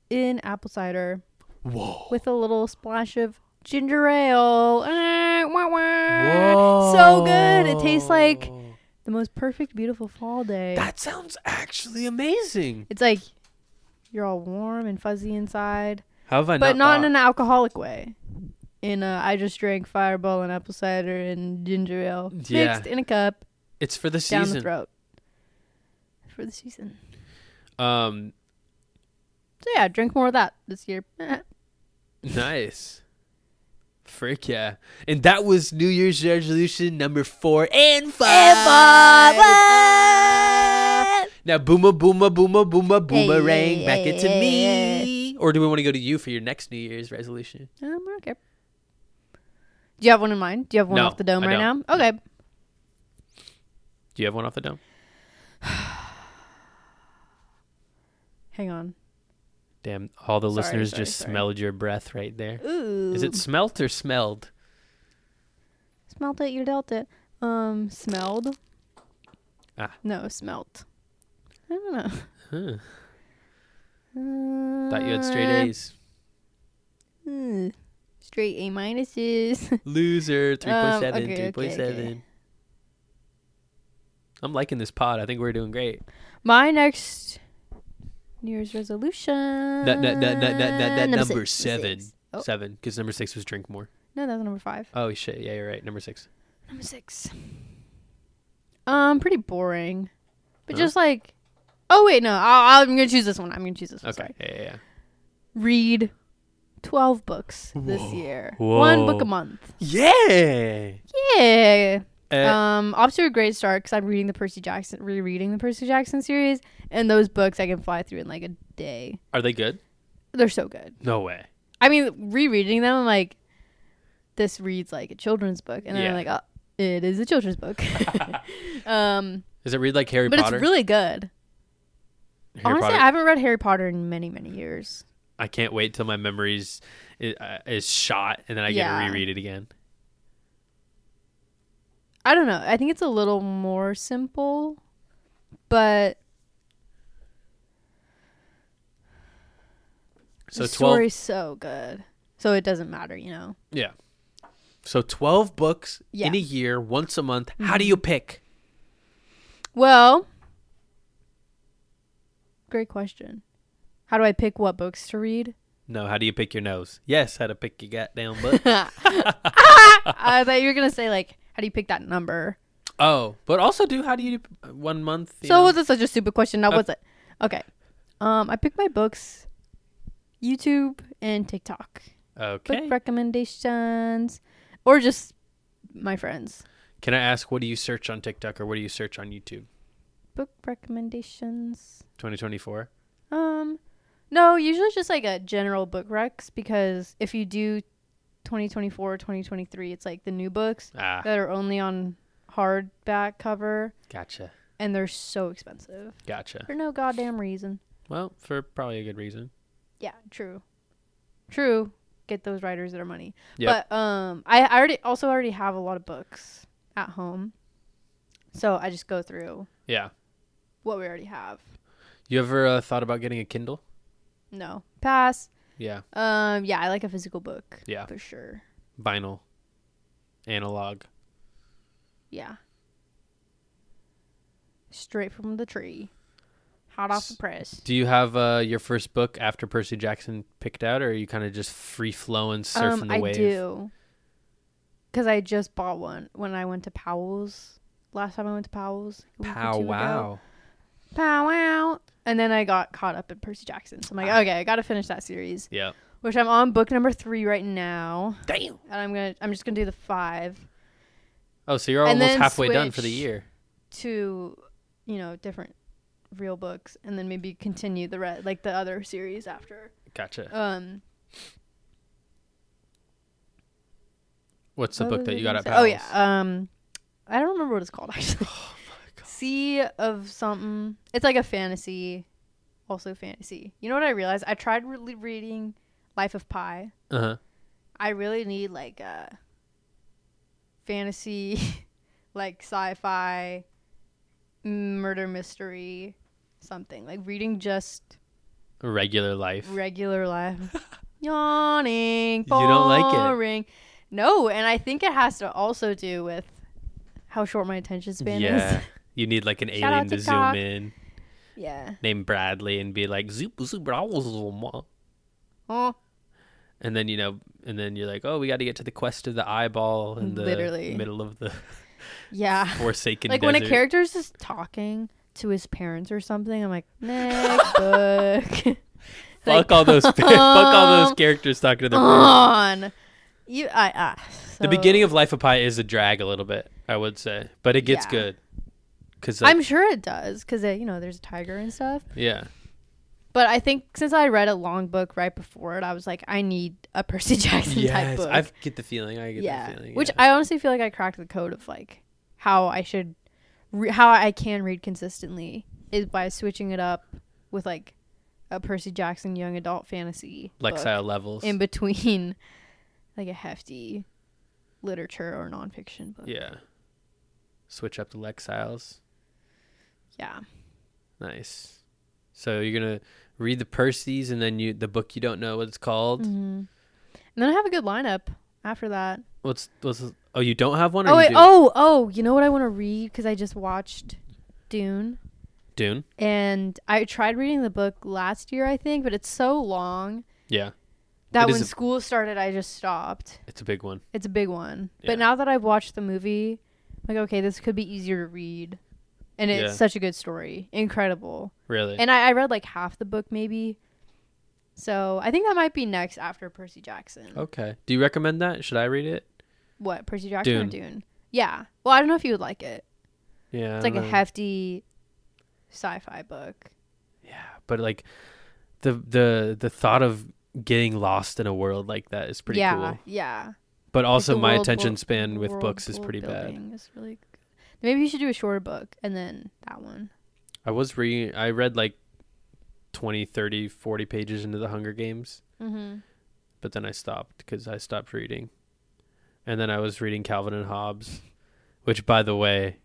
Speaker 3: In apple cider.
Speaker 2: Whoa.
Speaker 3: with a little splash of ginger ale. Eh, wah, wah.
Speaker 2: Whoa.
Speaker 3: So good. It tastes like the most perfect, beautiful fall day.
Speaker 2: That sounds actually amazing.
Speaker 3: it's like you're all warm and fuzzy inside,
Speaker 2: How have I
Speaker 3: but not, in
Speaker 2: thought?
Speaker 3: an alcoholic way. In a, I just drank Fireball and apple cider and ginger ale
Speaker 2: Yeah.
Speaker 3: mixed in a cup
Speaker 2: It's for the
Speaker 3: down
Speaker 2: season.
Speaker 3: the throat for the season.
Speaker 2: Um,
Speaker 3: So yeah, drink more of that this year.
Speaker 2: Nice. Frick yeah. And that was New Year's resolution number four and five. Now booma booma booma booma boomerang
Speaker 3: yeah,
Speaker 2: back
Speaker 3: yeah,
Speaker 2: into
Speaker 3: yeah,
Speaker 2: me. Or do we want to go to you for your next New Year's resolution?
Speaker 3: Um, I don't care. Do you have one in mind? Do you have one
Speaker 2: No,
Speaker 3: off the dome
Speaker 2: I
Speaker 3: right
Speaker 2: don't.
Speaker 3: now? Okay.
Speaker 2: Do you have one off the dome?
Speaker 3: Hang on.
Speaker 2: Damn, all the
Speaker 3: Sorry,
Speaker 2: listeners
Speaker 3: sorry,
Speaker 2: just
Speaker 3: sorry.
Speaker 2: smelled your breath right there.
Speaker 3: Ooh.
Speaker 2: Is it smelt or smelled?
Speaker 3: smelt it? You dealt it. Um, smelled.
Speaker 2: Ah.
Speaker 3: No, smelt. I don't know.
Speaker 2: Huh.
Speaker 3: Uh,
Speaker 2: Thought you had straight A's.
Speaker 3: hmm. Straight A minuses.
Speaker 2: Loser, 3.7,
Speaker 3: um, okay, okay,
Speaker 2: 3.7. I'm liking this pod. I think we're doing great.
Speaker 3: My next New Year's resolution.
Speaker 2: That, that, that, that, that, that number,
Speaker 3: six, Uh, number
Speaker 2: seven.
Speaker 3: six. Oh,
Speaker 2: Seven, because number six was drink more.
Speaker 3: no, that was number five.
Speaker 2: Oh shit! Yeah, you're right. Number six.
Speaker 3: Number six. Um, pretty boring, but
Speaker 2: Huh?
Speaker 3: just like, oh wait, no, I, I'm gonna choose this one. I'm gonna choose this one.
Speaker 2: Okay.
Speaker 3: Sorry.
Speaker 2: Yeah, yeah, yeah.
Speaker 3: Read twelve books this year.
Speaker 2: Whoa.
Speaker 3: One book a month.
Speaker 2: Yeah.
Speaker 3: Yeah.
Speaker 2: Uh,
Speaker 3: um, off to a great start because I'm reading the Percy Jackson, rereading the Percy Jackson series, and those books I can fly through in like a day.
Speaker 2: are they good?
Speaker 3: They're so good.
Speaker 2: No way.
Speaker 3: I mean, rereading them, I'm like, this reads like a children's book, and then
Speaker 2: Yeah.
Speaker 3: I'm like, oh, it is a children's book. um.
Speaker 2: Does it read like Harry
Speaker 3: but
Speaker 2: Potter?
Speaker 3: it's really good.
Speaker 2: Harry
Speaker 3: Honestly,
Speaker 2: Potter.
Speaker 3: I haven't read Harry Potter in many, many years.
Speaker 2: I can't wait till my memories is, uh, is shot and then I get
Speaker 3: Yeah.
Speaker 2: to reread it again.
Speaker 3: I don't know. I think it's a little more simple, but
Speaker 2: So
Speaker 3: the
Speaker 2: 12
Speaker 3: story's so good. So it doesn't matter, you know.
Speaker 2: Yeah. So 12 books
Speaker 3: Yeah. Mm-hmm.
Speaker 2: in a year, once a month. How do you pick?
Speaker 3: Well, great question. How do I pick what books to read?
Speaker 2: No, how do you pick your nose? Yes, how to pick your goddamn book.
Speaker 3: I thought you were gonna say like, how do you pick that number?
Speaker 2: oh, but also do how do you do one month? you
Speaker 3: So
Speaker 2: know?
Speaker 3: was it such a stupid question? Now
Speaker 2: Uh,
Speaker 3: was it? Okay. Um, I pick my books, YouTube and TikTok.
Speaker 2: okay.
Speaker 3: Book recommendations, or just my friends.
Speaker 2: Can I ask what do you search on TikTok or what do you search on YouTube?
Speaker 3: Book recommendations.
Speaker 2: 2024.
Speaker 3: Um, no, usually just like a general book recs because if you do 2024 2023, it's like the new books
Speaker 2: Ah,
Speaker 3: that are only on hardback cover
Speaker 2: gotcha.
Speaker 3: and they're so expensive
Speaker 2: Gotcha.
Speaker 3: for no goddamn reason.
Speaker 2: Well, for probably a good reason.
Speaker 3: Yeah, true. True. Get those writers their money.
Speaker 2: Yep.
Speaker 3: But um I, I already also already have a lot of books at home. So I just go through
Speaker 2: Yeah.
Speaker 3: what we already have.
Speaker 2: You ever uh, thought about getting a Kindle?
Speaker 3: No. Pass.
Speaker 2: Yeah.
Speaker 3: Um yeah, I like a physical book.
Speaker 2: Yeah.
Speaker 3: For sure.
Speaker 2: Vinyl. Analog.
Speaker 3: Yeah. Straight from the tree. Hot off the
Speaker 2: S-
Speaker 3: press.
Speaker 2: Do you have uh, your first book after Percy Jackson picked out, or are you kind of just free flowing surfing
Speaker 3: um,
Speaker 2: the
Speaker 3: I
Speaker 2: wave?
Speaker 3: do. Cause I just bought one when I went to Powell's last time I went to Powell's. a week or
Speaker 2: Pow
Speaker 3: two ago.
Speaker 2: wow!
Speaker 3: pow wow. And then I got caught up in Percy Jackson. So I'm like,
Speaker 2: Ah.
Speaker 3: okay, I gotta finish that series.
Speaker 2: Yeah.
Speaker 3: Which I'm on book number three right now.
Speaker 2: Damn.
Speaker 3: And I'm gonna I'm just gonna do the five
Speaker 2: Oh, so you're
Speaker 3: And
Speaker 2: almost
Speaker 3: then
Speaker 2: halfway done for the
Speaker 3: switch.
Speaker 2: year.
Speaker 3: to you know, different real books and then maybe continue the re- like the other series after.
Speaker 2: Gotcha.
Speaker 3: Um
Speaker 2: What's the
Speaker 3: what
Speaker 2: book
Speaker 3: was
Speaker 2: that
Speaker 3: I
Speaker 2: you got
Speaker 3: gonna
Speaker 2: at
Speaker 3: say?
Speaker 2: Powell's?
Speaker 3: Oh yeah. Um I don't remember what it's called actually.
Speaker 2: Oh my god.
Speaker 3: sea of something. It's like a fantasy, also fantasy. You know what I realized? I tried really reading Life of Pi.
Speaker 2: Uh huh.
Speaker 3: I really need like a fantasy, like sci-fi, murder mystery, something like reading just
Speaker 2: Regular life.
Speaker 3: regular life. Yawning. Boring.
Speaker 2: You don't like it.
Speaker 3: No, and I think it has to also do with how short my attention span
Speaker 2: yeah.
Speaker 3: is.
Speaker 2: You need like an
Speaker 3: Shout out
Speaker 2: alien to
Speaker 3: TikTok.
Speaker 2: zoom in,
Speaker 3: yeah.
Speaker 2: named Bradley, and be like zoop zoop blah, blah, blah, blah."
Speaker 3: Oh,
Speaker 2: and then you know, and then you're like, oh, we got to get to the quest of the eyeball in the
Speaker 3: Literally.
Speaker 2: middle of the
Speaker 3: yeah.
Speaker 2: forsaken
Speaker 3: like
Speaker 2: desert.
Speaker 3: when a character is just talking to his parents or something, I'm like, next book.
Speaker 2: fuck all those fuck all those
Speaker 3: um,
Speaker 2: characters talking to their parents.
Speaker 3: on. You, I, ah,
Speaker 2: The beginning of Life of Pi is a drag a little bit, I would say, but it gets
Speaker 3: Yeah.
Speaker 2: good. Cause like,
Speaker 3: I'm sure it does because you know there's a tiger and stuff.
Speaker 2: yeah,
Speaker 3: But I think since I read a long book right before it, I was like, I need a Percy Jackson type
Speaker 2: yes,
Speaker 3: book.
Speaker 2: I get the feeling. I get
Speaker 3: yeah,
Speaker 2: the feeling.
Speaker 3: which
Speaker 2: yeah.
Speaker 3: I honestly feel like I cracked the code of like how I should, re- how I can read consistently is by switching it up with like a Percy Jackson young adult fantasy book
Speaker 2: Lexile levels.
Speaker 3: in between like a hefty literature or nonfiction book.
Speaker 2: yeah, switch up the Lexiles.
Speaker 3: Yeah.
Speaker 2: Nice. So you're gonna read the Percy's and then you the book you don't know what it's called.
Speaker 3: Mhm. And then I have a good lineup after that.
Speaker 2: What's what's oh you don't have one? Or
Speaker 3: Oh
Speaker 2: you
Speaker 3: wait,
Speaker 2: do?
Speaker 3: oh oh, you know what I want to read because I just watched Dune.
Speaker 2: Dune.
Speaker 3: and I tried reading the book last year, I think, but it's so long
Speaker 2: Yeah,
Speaker 3: that
Speaker 2: It is
Speaker 3: when
Speaker 2: a-
Speaker 3: school started, I just stopped.
Speaker 2: it's a big one.
Speaker 3: It's a big one.
Speaker 2: Yeah.
Speaker 3: But now that I've watched the movie, I'm like, okay, this could be easier to read. And it's
Speaker 2: Yeah.
Speaker 3: such a good story. Incredible.
Speaker 2: Really.
Speaker 3: And I, I read like half the book, maybe. So I think that might be next after Percy Jackson.
Speaker 2: okay. Do you recommend that? Should I read it?
Speaker 3: What, Percy Jackson
Speaker 2: Dune.
Speaker 3: or Dune? Yeah. Well, I don't know if you would like it.
Speaker 2: Yeah.
Speaker 3: It's
Speaker 2: I
Speaker 3: like a
Speaker 2: don't know.
Speaker 3: hefty sci fi book.
Speaker 2: Yeah, but like the the the thought of getting lost in a world like that is pretty
Speaker 3: yeah,
Speaker 2: cool.
Speaker 3: Yeah.
Speaker 2: But
Speaker 3: Like,
Speaker 2: also
Speaker 3: the
Speaker 2: my
Speaker 3: world
Speaker 2: attention
Speaker 3: buil-
Speaker 2: span with
Speaker 3: world
Speaker 2: books is
Speaker 3: build
Speaker 2: pretty bad.
Speaker 3: building is really good. Maybe you should do a shorter book and then that one.
Speaker 2: I was re I read like 20, 30, 40 pages into the Hunger Games,
Speaker 3: Mm-hmm.
Speaker 2: but then I stopped cuz I stopped reading. And then I was reading Calvin and Hobbes, Which, by the way,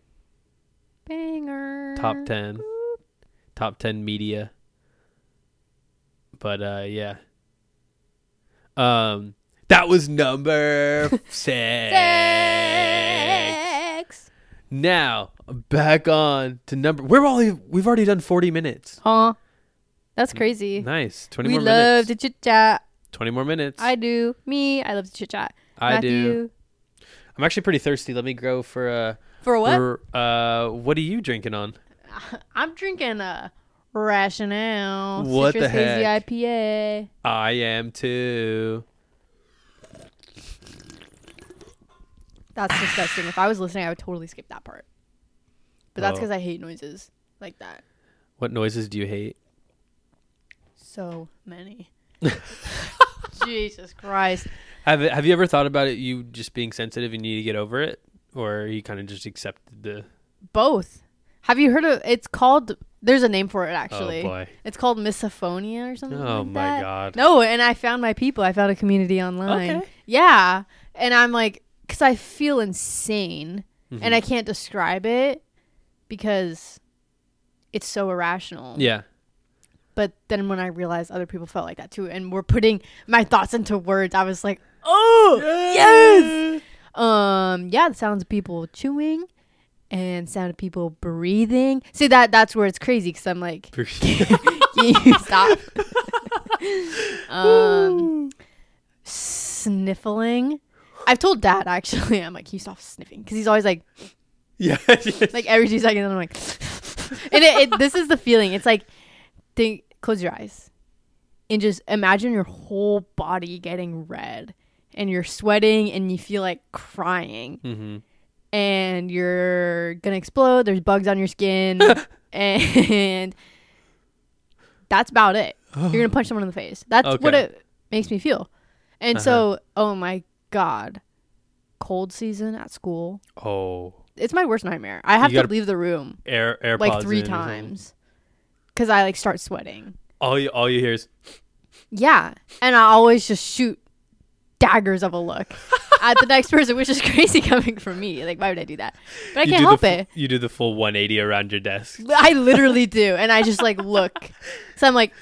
Speaker 3: Banger.
Speaker 2: top 10 top 10 media but uh yeah um that was number six.
Speaker 3: Sex.
Speaker 2: now back on to number we're already we've already done 40 minutes
Speaker 3: Huh. That's crazy.
Speaker 2: nice 20
Speaker 3: We
Speaker 2: more
Speaker 3: love
Speaker 2: minutes
Speaker 3: to chit chat.
Speaker 2: 20 more minutes
Speaker 3: I do. Me, I love to chit chat.
Speaker 2: I do. i'm actually pretty thirsty let me go for uh
Speaker 3: For what?
Speaker 2: for, uh what are you drinking on
Speaker 3: I'm drinking a rationale.
Speaker 2: What the
Speaker 3: citrus hazy
Speaker 2: heck?
Speaker 3: IPA.
Speaker 2: i am too
Speaker 3: That's disgusting. If I was listening, I would totally skip that part. But that's
Speaker 2: Oh.
Speaker 3: because I hate noises like that.
Speaker 2: what noises do you hate
Speaker 3: So many. Jesus Christ.
Speaker 2: Have Have you ever thought about it? You just being sensitive and you need to get over it, or you kind of just accepted the
Speaker 3: Both. Have you heard of it's called there's a name for it actually.
Speaker 2: oh boy,
Speaker 3: It's called misophonia or something.
Speaker 2: oh
Speaker 3: like
Speaker 2: my
Speaker 3: that.
Speaker 2: god,
Speaker 3: No, and I found my people. I found a community online.
Speaker 2: Okay.
Speaker 3: Yeah. And I'm like, because I feel insane and
Speaker 2: Mm-hmm.
Speaker 3: I can't describe it because it's so irrational.
Speaker 2: yeah,
Speaker 3: But then when I realized other people felt like that too and were putting my thoughts into words, I was like, oh, yes. Um, yeah, the sounds of people chewing and sound of people breathing. See, that that's where it's crazy because I'm like, can you stop? um, sniffling. I've told dad actually. I'm like, can you stop sniffing? Because he's always like,
Speaker 2: yeah,
Speaker 3: like every two seconds, I'm like, and it, it, this is the feeling. It's like, think, close your eyes, and just imagine your whole body getting red, and you're sweating, and you feel like crying,
Speaker 2: mm-hmm.
Speaker 3: and you're gonna explode. There's bugs on your skin, and that's about it. You're gonna punch someone in the face. That's what
Speaker 2: Okay. Uh-huh.
Speaker 3: it makes me feel. And so, oh my god, cold season at school.
Speaker 2: Oh,
Speaker 3: It's my worst nightmare. I have to
Speaker 2: gotta-
Speaker 3: leave the room
Speaker 2: air AirPods
Speaker 3: like three
Speaker 2: in or something.
Speaker 3: times because I like start sweating.
Speaker 2: All you all you hear is
Speaker 3: Yeah, and I always just shoot daggers of a look at the next person, which is crazy coming from me. Like, why would I do that? But I
Speaker 2: you
Speaker 3: can't
Speaker 2: do
Speaker 3: help
Speaker 2: the, fu-
Speaker 3: it.
Speaker 2: You do the full 180 around your desk.
Speaker 3: I literally do, and I just like look. So I'm like,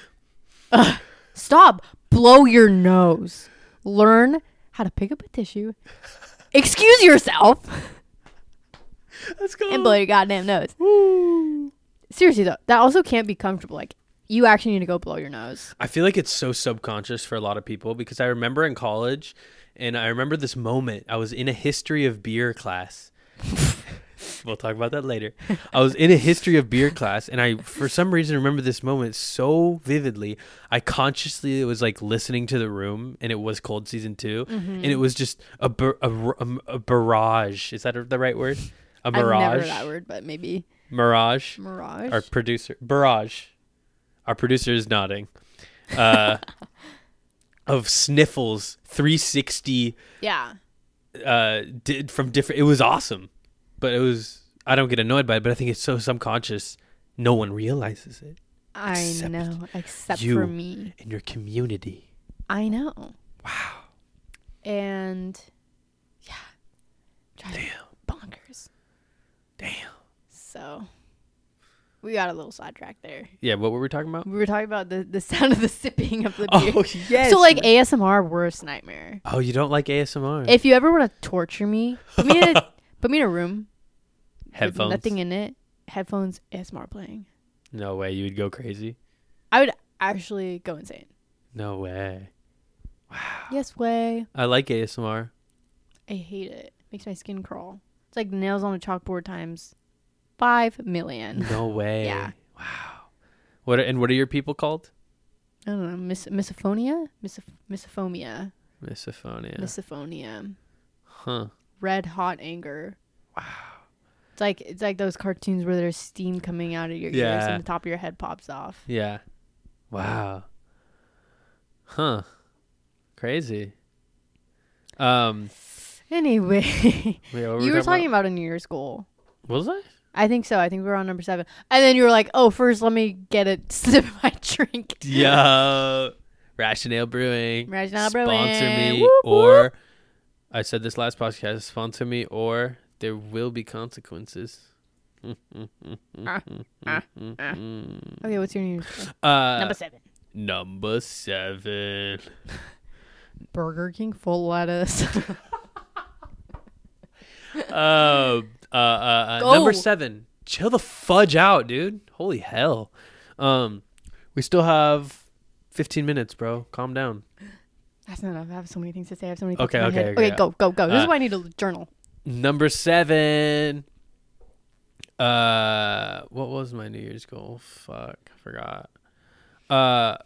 Speaker 3: "Ugh, stop, blow your nose, learn how to pick up a tissue, excuse yourself,
Speaker 2: Let's go.
Speaker 3: and blow your goddamn nose. Seriously though, that also can't be comfortable. Like, you actually need to go blow your nose.
Speaker 2: I feel like it's so subconscious for a lot of people because I remember in college, and I remember this moment. I was in a history of beer class. we'll talk about that later. I was in a history of beer class, and I, for some reason, remember this moment so vividly. I consciously was like listening to the room, and it was cold season 2
Speaker 3: Mm-hmm.
Speaker 2: and it was just a, bur- a, r- a m- a barrage. Is that the right word? A
Speaker 3: I've never
Speaker 2: mirage.
Speaker 3: heard that word, but maybe
Speaker 2: Mirage
Speaker 3: mirage.
Speaker 2: our producer barrage our producer is nodding uh of sniffles 360
Speaker 3: yeah,
Speaker 2: uh did from different it was awesome but it was i don't get annoyed by it but i think it's so subconscious no one realizes it
Speaker 3: I
Speaker 2: Except
Speaker 3: know. Except
Speaker 2: you.
Speaker 3: for me,
Speaker 2: in your community
Speaker 3: I know. Wow. And yeah, damn, bonkers.
Speaker 2: damn
Speaker 3: So we got a little sidetracked there.
Speaker 2: yeah what were we talking about
Speaker 3: We were talking about the, the sound of the sipping of the beer.
Speaker 2: oh yes
Speaker 3: so like ASMR worst nightmare.
Speaker 2: oh you don't like asmr
Speaker 3: If you ever want to torture me, put me in a, put me in a room
Speaker 2: headphones
Speaker 3: with nothing in it, headphones, ASMR playing.
Speaker 2: no way you would go crazy
Speaker 3: I would actually go insane.
Speaker 2: no way
Speaker 3: Yes way.
Speaker 2: i like asmr
Speaker 3: I hate it. Makes my skin crawl. It's like nails on a chalkboard times five million.
Speaker 2: no way
Speaker 3: Yeah.
Speaker 2: wow what are, and what are your people called
Speaker 3: I don't know. Mis- misophonia, Misoph- misophomia,
Speaker 2: misophonia
Speaker 3: misophonia.
Speaker 2: huh
Speaker 3: red hot anger. Wow. It's like it's like those cartoons where there's steam coming out of your ears
Speaker 2: Yeah.
Speaker 3: and the top of your head pops off.
Speaker 2: Yeah. Wow. Huh. Crazy. Um.
Speaker 3: Anyway,
Speaker 2: wait, what
Speaker 3: you were
Speaker 2: we
Speaker 3: talking about a New Year's goal.
Speaker 2: about? Was I?
Speaker 3: I think so. I think we were on number seven, and then you were like, "Oh, first let me get a sip of my drink."
Speaker 2: Yo, Rationale Brewing.
Speaker 3: Rationale
Speaker 2: Sponsor
Speaker 3: Brewing.
Speaker 2: me
Speaker 3: Whoop,
Speaker 2: or. I said this last podcast. Sponsor me or There will be consequences.
Speaker 3: Okay, what's your news?
Speaker 2: Uh,
Speaker 3: Number seven.
Speaker 2: number seven.
Speaker 3: Burger King full lettuce.
Speaker 2: uh, uh, uh, uh,
Speaker 3: Go.
Speaker 2: number seven. Chill the fudge out, dude. Holy hell. Um, we still have 15 minutes, bro. Calm down.
Speaker 3: That's not enough. I have so many things to say. I have so many.
Speaker 2: Okay,
Speaker 3: thoughts in my
Speaker 2: okay,
Speaker 3: head.
Speaker 2: okay.
Speaker 3: Go, go, go. This
Speaker 2: Uh,
Speaker 3: is why I need a journal.
Speaker 2: Number seven. Uh, what was my New Year's goal? Fuck, I forgot. Uh,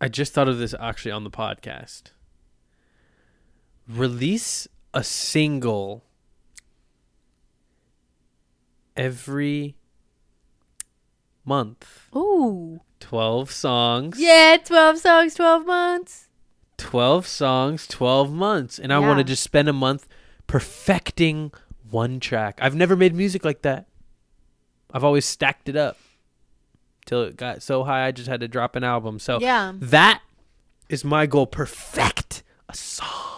Speaker 2: I just thought of this actually on the podcast. Release a single every month.
Speaker 3: Ooh.
Speaker 2: 12 songs.
Speaker 3: Yeah, twelve songs, twelve months.
Speaker 2: 12 songs, 12 months. And I want
Speaker 3: Yeah.
Speaker 2: to just spend a month perfecting one track. I've never made music like that. I've always stacked it up till it got so high I just had to drop an album. So
Speaker 3: Yeah.
Speaker 2: that is my goal perfect a song.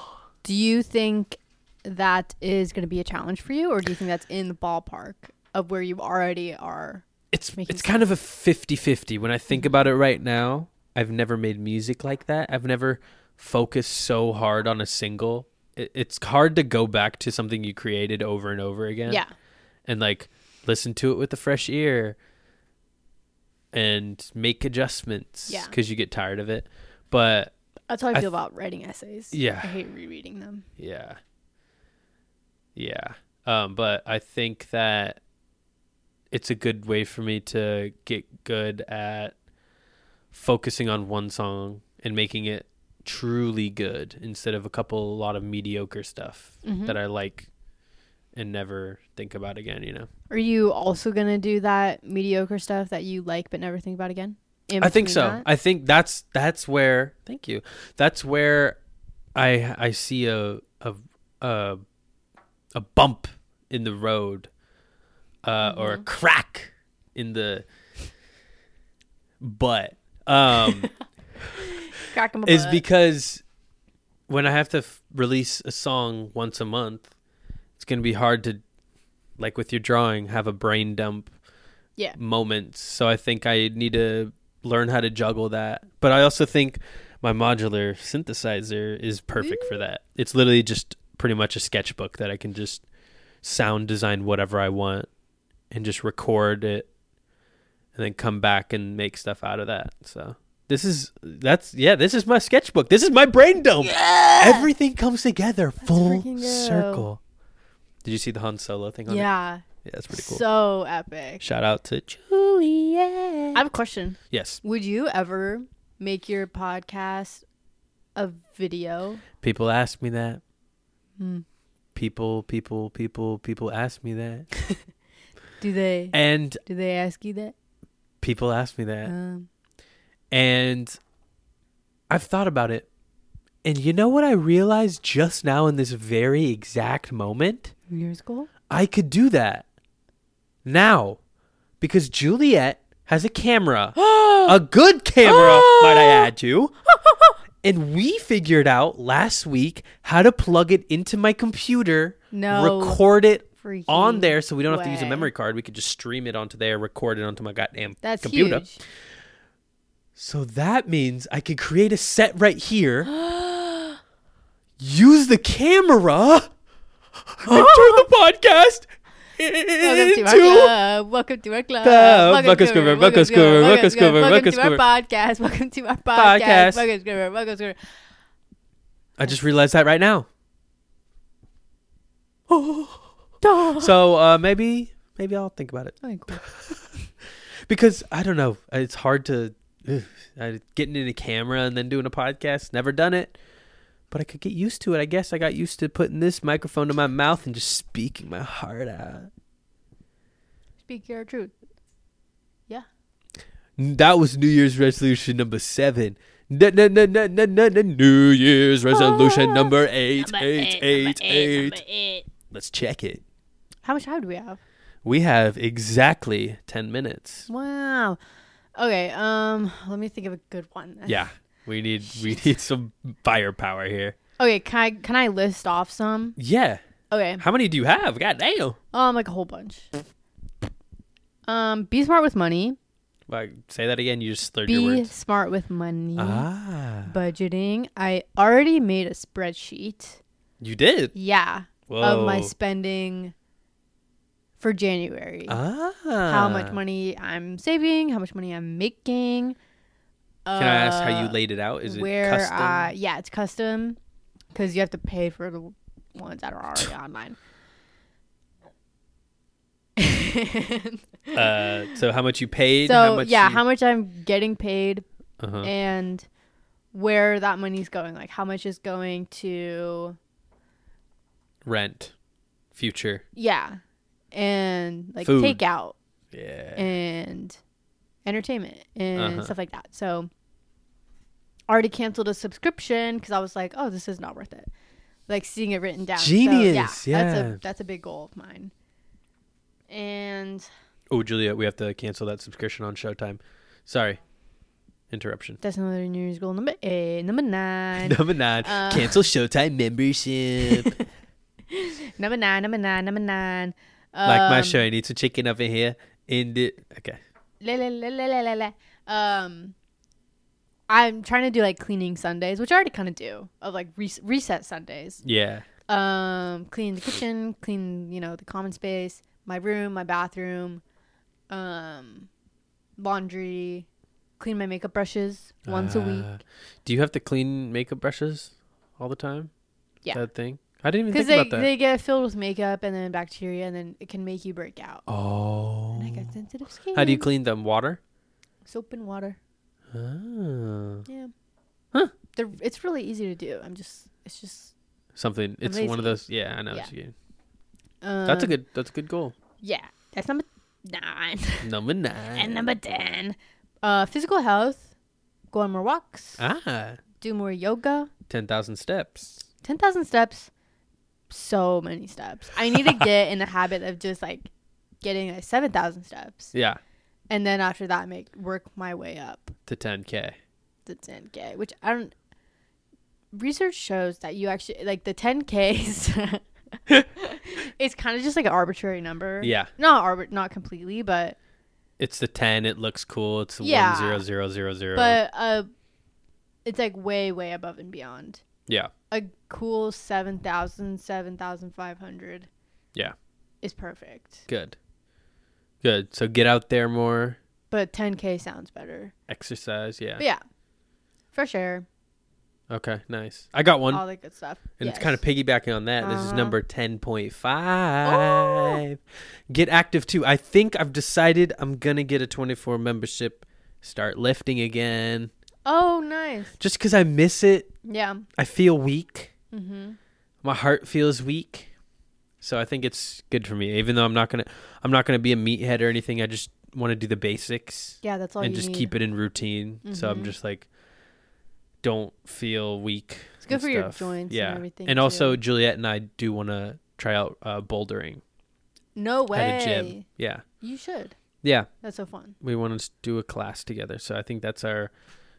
Speaker 3: Do you think that is going to be a challenge for you, or do you think that's in the ballpark of where you already are?
Speaker 2: It's
Speaker 3: Making
Speaker 2: it's kind of a 50-50 when I think about it right now. I've never made music like that. I've never focused so hard on a single. It, it's hard to go back to something you created over and over again.
Speaker 3: Yeah.
Speaker 2: and like listen to it with a fresh ear and make adjustments
Speaker 3: Yeah.
Speaker 2: because you get tired of it but
Speaker 3: That's how I
Speaker 2: I
Speaker 3: feel about writing essays.
Speaker 2: Yeah.
Speaker 3: I hate rereading them.
Speaker 2: yeah yeah um but i think that it's a good way for me to get good at focusing on one song and making it truly good instead of a couple a lot of mediocre stuff that i like and never think about again you know
Speaker 3: Are you also going to do that mediocre stuff that you like but never think about again? In
Speaker 2: I think
Speaker 3: between
Speaker 2: so.
Speaker 3: that?
Speaker 2: I think that's that's where thank you. That's where I I see a a a, a bump in the road uh, or a
Speaker 3: Mm-hmm.
Speaker 2: crack in the butt. Um
Speaker 3: Crack 'em a
Speaker 2: is
Speaker 3: butt.
Speaker 2: because when I have to f- release a song once a month, it's going to be hard to like with your drawing have a brain dump
Speaker 3: yeah.
Speaker 2: Mm, moments. So I think I need to learn how to juggle that. But I also think my modular synthesizer is perfect for that. It's literally just pretty much a sketchbook that I can just sound design whatever I want and just record it and then come back and make stuff out of that. So this is that's yeah, this is my sketchbook. This is my brain dump. Everything comes together full
Speaker 3: freaking go.
Speaker 2: circle. Did you see the Han Solo thing on it?
Speaker 3: Yeah.
Speaker 2: Yeah, that's pretty cool.
Speaker 3: So epic.
Speaker 2: Shout out to Juliet.
Speaker 3: I have a question.
Speaker 2: Yes,
Speaker 3: Would you ever make your podcast a video?
Speaker 2: people ask me that. People, people, people, people ask me that,
Speaker 3: Do they
Speaker 2: and
Speaker 3: do they ask you that?
Speaker 2: people ask me that,
Speaker 3: Um,
Speaker 2: and I've thought about it, and you know what I realized just now in this very exact moment,
Speaker 3: New Year's goal?
Speaker 2: I could do that now, because Juliet has a camera, a good camera, might I add to. And we figured out last week how to plug it into my computer,
Speaker 3: No
Speaker 2: record it
Speaker 3: freaking
Speaker 2: on there so we don't have to use a
Speaker 3: way.
Speaker 2: memory card. We could just stream it onto there, record it onto my goddamn
Speaker 3: That's
Speaker 2: computer.
Speaker 3: huge.
Speaker 2: So that means I could create a set right here, use the camera, and turn the podcast
Speaker 3: Welcome to our
Speaker 2: into.
Speaker 3: club. Welcome to our club.
Speaker 2: Welcome
Speaker 3: Welcome
Speaker 2: to
Speaker 3: to
Speaker 2: our-
Speaker 3: our
Speaker 2: welcome to our-
Speaker 3: welcome to our-
Speaker 2: welcome
Speaker 3: welcome
Speaker 2: to
Speaker 3: to
Speaker 2: our
Speaker 3: our podcast. Welcome to our
Speaker 2: Podcast.
Speaker 3: podcast. Welcome to our- welcome to our-
Speaker 2: I just realized that right now. So uh, maybe maybe I'll think about it
Speaker 3: Okay, cool.
Speaker 2: because I don't know. It's hard to ugh, I- getting in a camera and then doing a podcast. Never done it, but I could get used to it. I guess I got used to putting this microphone to my mouth and just speaking my heart out.
Speaker 3: Speak your truth. Yeah.
Speaker 2: That was New Year's resolution number seven. Na- na- na- na- na- na- na- New Year's
Speaker 3: Ah,
Speaker 2: resolution number eight, eight, eight, eight. Let's check it.
Speaker 3: How much time do we have?
Speaker 2: We have exactly 10 minutes.
Speaker 3: Wow. Okay. Um. Let me think of a good one.
Speaker 2: Yeah. We need we need some firepower here.
Speaker 3: Okay. Can I can I list off some?
Speaker 2: Yeah.
Speaker 3: Okay.
Speaker 2: How many do you have? God damn.
Speaker 3: Um, like a whole bunch. Um, be smart with money.
Speaker 2: Like, say that again. You just slurred your
Speaker 3: Be
Speaker 2: words.
Speaker 3: smart with money.
Speaker 2: Ah,
Speaker 3: Budgeting. I already made a spreadsheet.
Speaker 2: you did.
Speaker 3: Yeah.
Speaker 2: Whoa.
Speaker 3: Of my spending for January.
Speaker 2: ah,
Speaker 3: How much money I'm saving, how much money I'm making. uh,
Speaker 2: Can I ask how you laid it out? Is it
Speaker 3: where
Speaker 2: custom?
Speaker 3: I- yeah, it's custom because you have to pay for the ones that are already online.
Speaker 2: uh, so how much you paid?
Speaker 3: so
Speaker 2: how much
Speaker 3: yeah,
Speaker 2: you-
Speaker 3: how much I'm getting paid
Speaker 2: uh-huh.
Speaker 3: and where that money's going. Like how much is going to
Speaker 2: rent, future.
Speaker 3: yeah, and like
Speaker 2: Food.
Speaker 3: takeout
Speaker 2: Yeah.
Speaker 3: and entertainment and
Speaker 2: Uh-huh.
Speaker 3: stuff like that. So I already canceled a subscription because I was like, oh, this is not worth it. Like seeing it written down. So,
Speaker 2: Genius,
Speaker 3: That's
Speaker 2: yeah.
Speaker 3: a that's a big goal of mine. And
Speaker 2: oh, Julia, we have to cancel that subscription on Showtime. Sorry, interruption.
Speaker 3: that's another New Year's goal number eight, number nine,
Speaker 2: Number nine,
Speaker 3: Uh,
Speaker 2: cancel Showtime membership.
Speaker 3: number nine, number nine, number nine.
Speaker 2: like my
Speaker 3: Um,
Speaker 2: show, I need some chicken over here. End it. Okay.
Speaker 3: la, la, la, la, la, la, la. Um, I'm trying to do like cleaning Sundays, which I already kind of do, of like res- reset Sundays.
Speaker 2: Yeah.
Speaker 3: Um, clean the kitchen, clean you know the common space, my room, my bathroom, um, laundry, clean my makeup brushes once a
Speaker 2: Uh,
Speaker 3: week.
Speaker 2: Do you have to clean makeup brushes all the time?
Speaker 3: Yeah.
Speaker 2: That thing. I didn't even
Speaker 3: Because
Speaker 2: think
Speaker 3: they,
Speaker 2: about that.
Speaker 3: they get filled with makeup and then bacteria and then it can make you break out.
Speaker 2: oh.
Speaker 3: And I got sensitive skin.
Speaker 2: How do you clean them? Water.
Speaker 3: soap and water?
Speaker 2: Oh.
Speaker 3: Yeah.
Speaker 2: Huh.
Speaker 3: They're, it's really easy to do. I'm just it's just
Speaker 2: Something. It's one
Speaker 3: lazy.
Speaker 2: of those. Yeah, I know.
Speaker 3: Yeah.
Speaker 2: what you mean.
Speaker 3: um,
Speaker 2: That's a good. That's a good goal.
Speaker 3: Yeah, that's number nine
Speaker 2: Number nine.
Speaker 3: and number ten. Uh, physical health. Go on more walks.
Speaker 2: ah,
Speaker 3: do more yoga.
Speaker 2: ten thousand steps.
Speaker 3: Ten thousand steps. So many steps. I need to get in the habit of just like getting like seven thousand steps,
Speaker 2: Yeah,
Speaker 3: and then after that, make work my way up
Speaker 2: to ten k.
Speaker 3: to ten k. Which I don't. Research shows that you actually like the ten k's. it's kind of just like an arbitrary number.
Speaker 2: Yeah,
Speaker 3: Not arbit, not completely, but
Speaker 2: it's the ten. It looks cool. It's one
Speaker 3: Yeah.
Speaker 2: zero zero zero zero.
Speaker 3: but uh it's like way way above and beyond
Speaker 2: yeah,
Speaker 3: a cool 7000 7500
Speaker 2: Yeah.
Speaker 3: is perfect
Speaker 2: good, good. So get out there more.
Speaker 3: but 10k sounds better
Speaker 2: Exercise. Yeah.
Speaker 3: but yeah fresh air
Speaker 2: Okay. Nice. I got one,
Speaker 3: all that good stuff
Speaker 2: and it's kind of piggybacking on that. This is
Speaker 3: Uh-huh.
Speaker 2: number ten point five. Get active too. I think I've decided I'm gonna get a twenty four membership. Start lifting again,
Speaker 3: oh nice
Speaker 2: just because I miss it.
Speaker 3: yeah
Speaker 2: I feel weak.
Speaker 3: mm-hmm.
Speaker 2: my heart feels weak so i think it's good for me even though i'm not gonna i'm not gonna be a meathead or anything i just want to do the basics
Speaker 3: yeah that's all
Speaker 2: and
Speaker 3: you
Speaker 2: just
Speaker 3: need
Speaker 2: keep it in routine so i'm
Speaker 3: Mhm.
Speaker 2: just like don't feel week
Speaker 3: It's good
Speaker 2: and
Speaker 3: for your
Speaker 2: stuff.
Speaker 3: joints and everything,
Speaker 2: and also
Speaker 3: too.
Speaker 2: juliet and i do want to try out uh, bouldering
Speaker 3: no way
Speaker 2: at a gym yeah
Speaker 3: you should
Speaker 2: yeah
Speaker 3: that's so fun
Speaker 2: we want to do a class together so i think that's our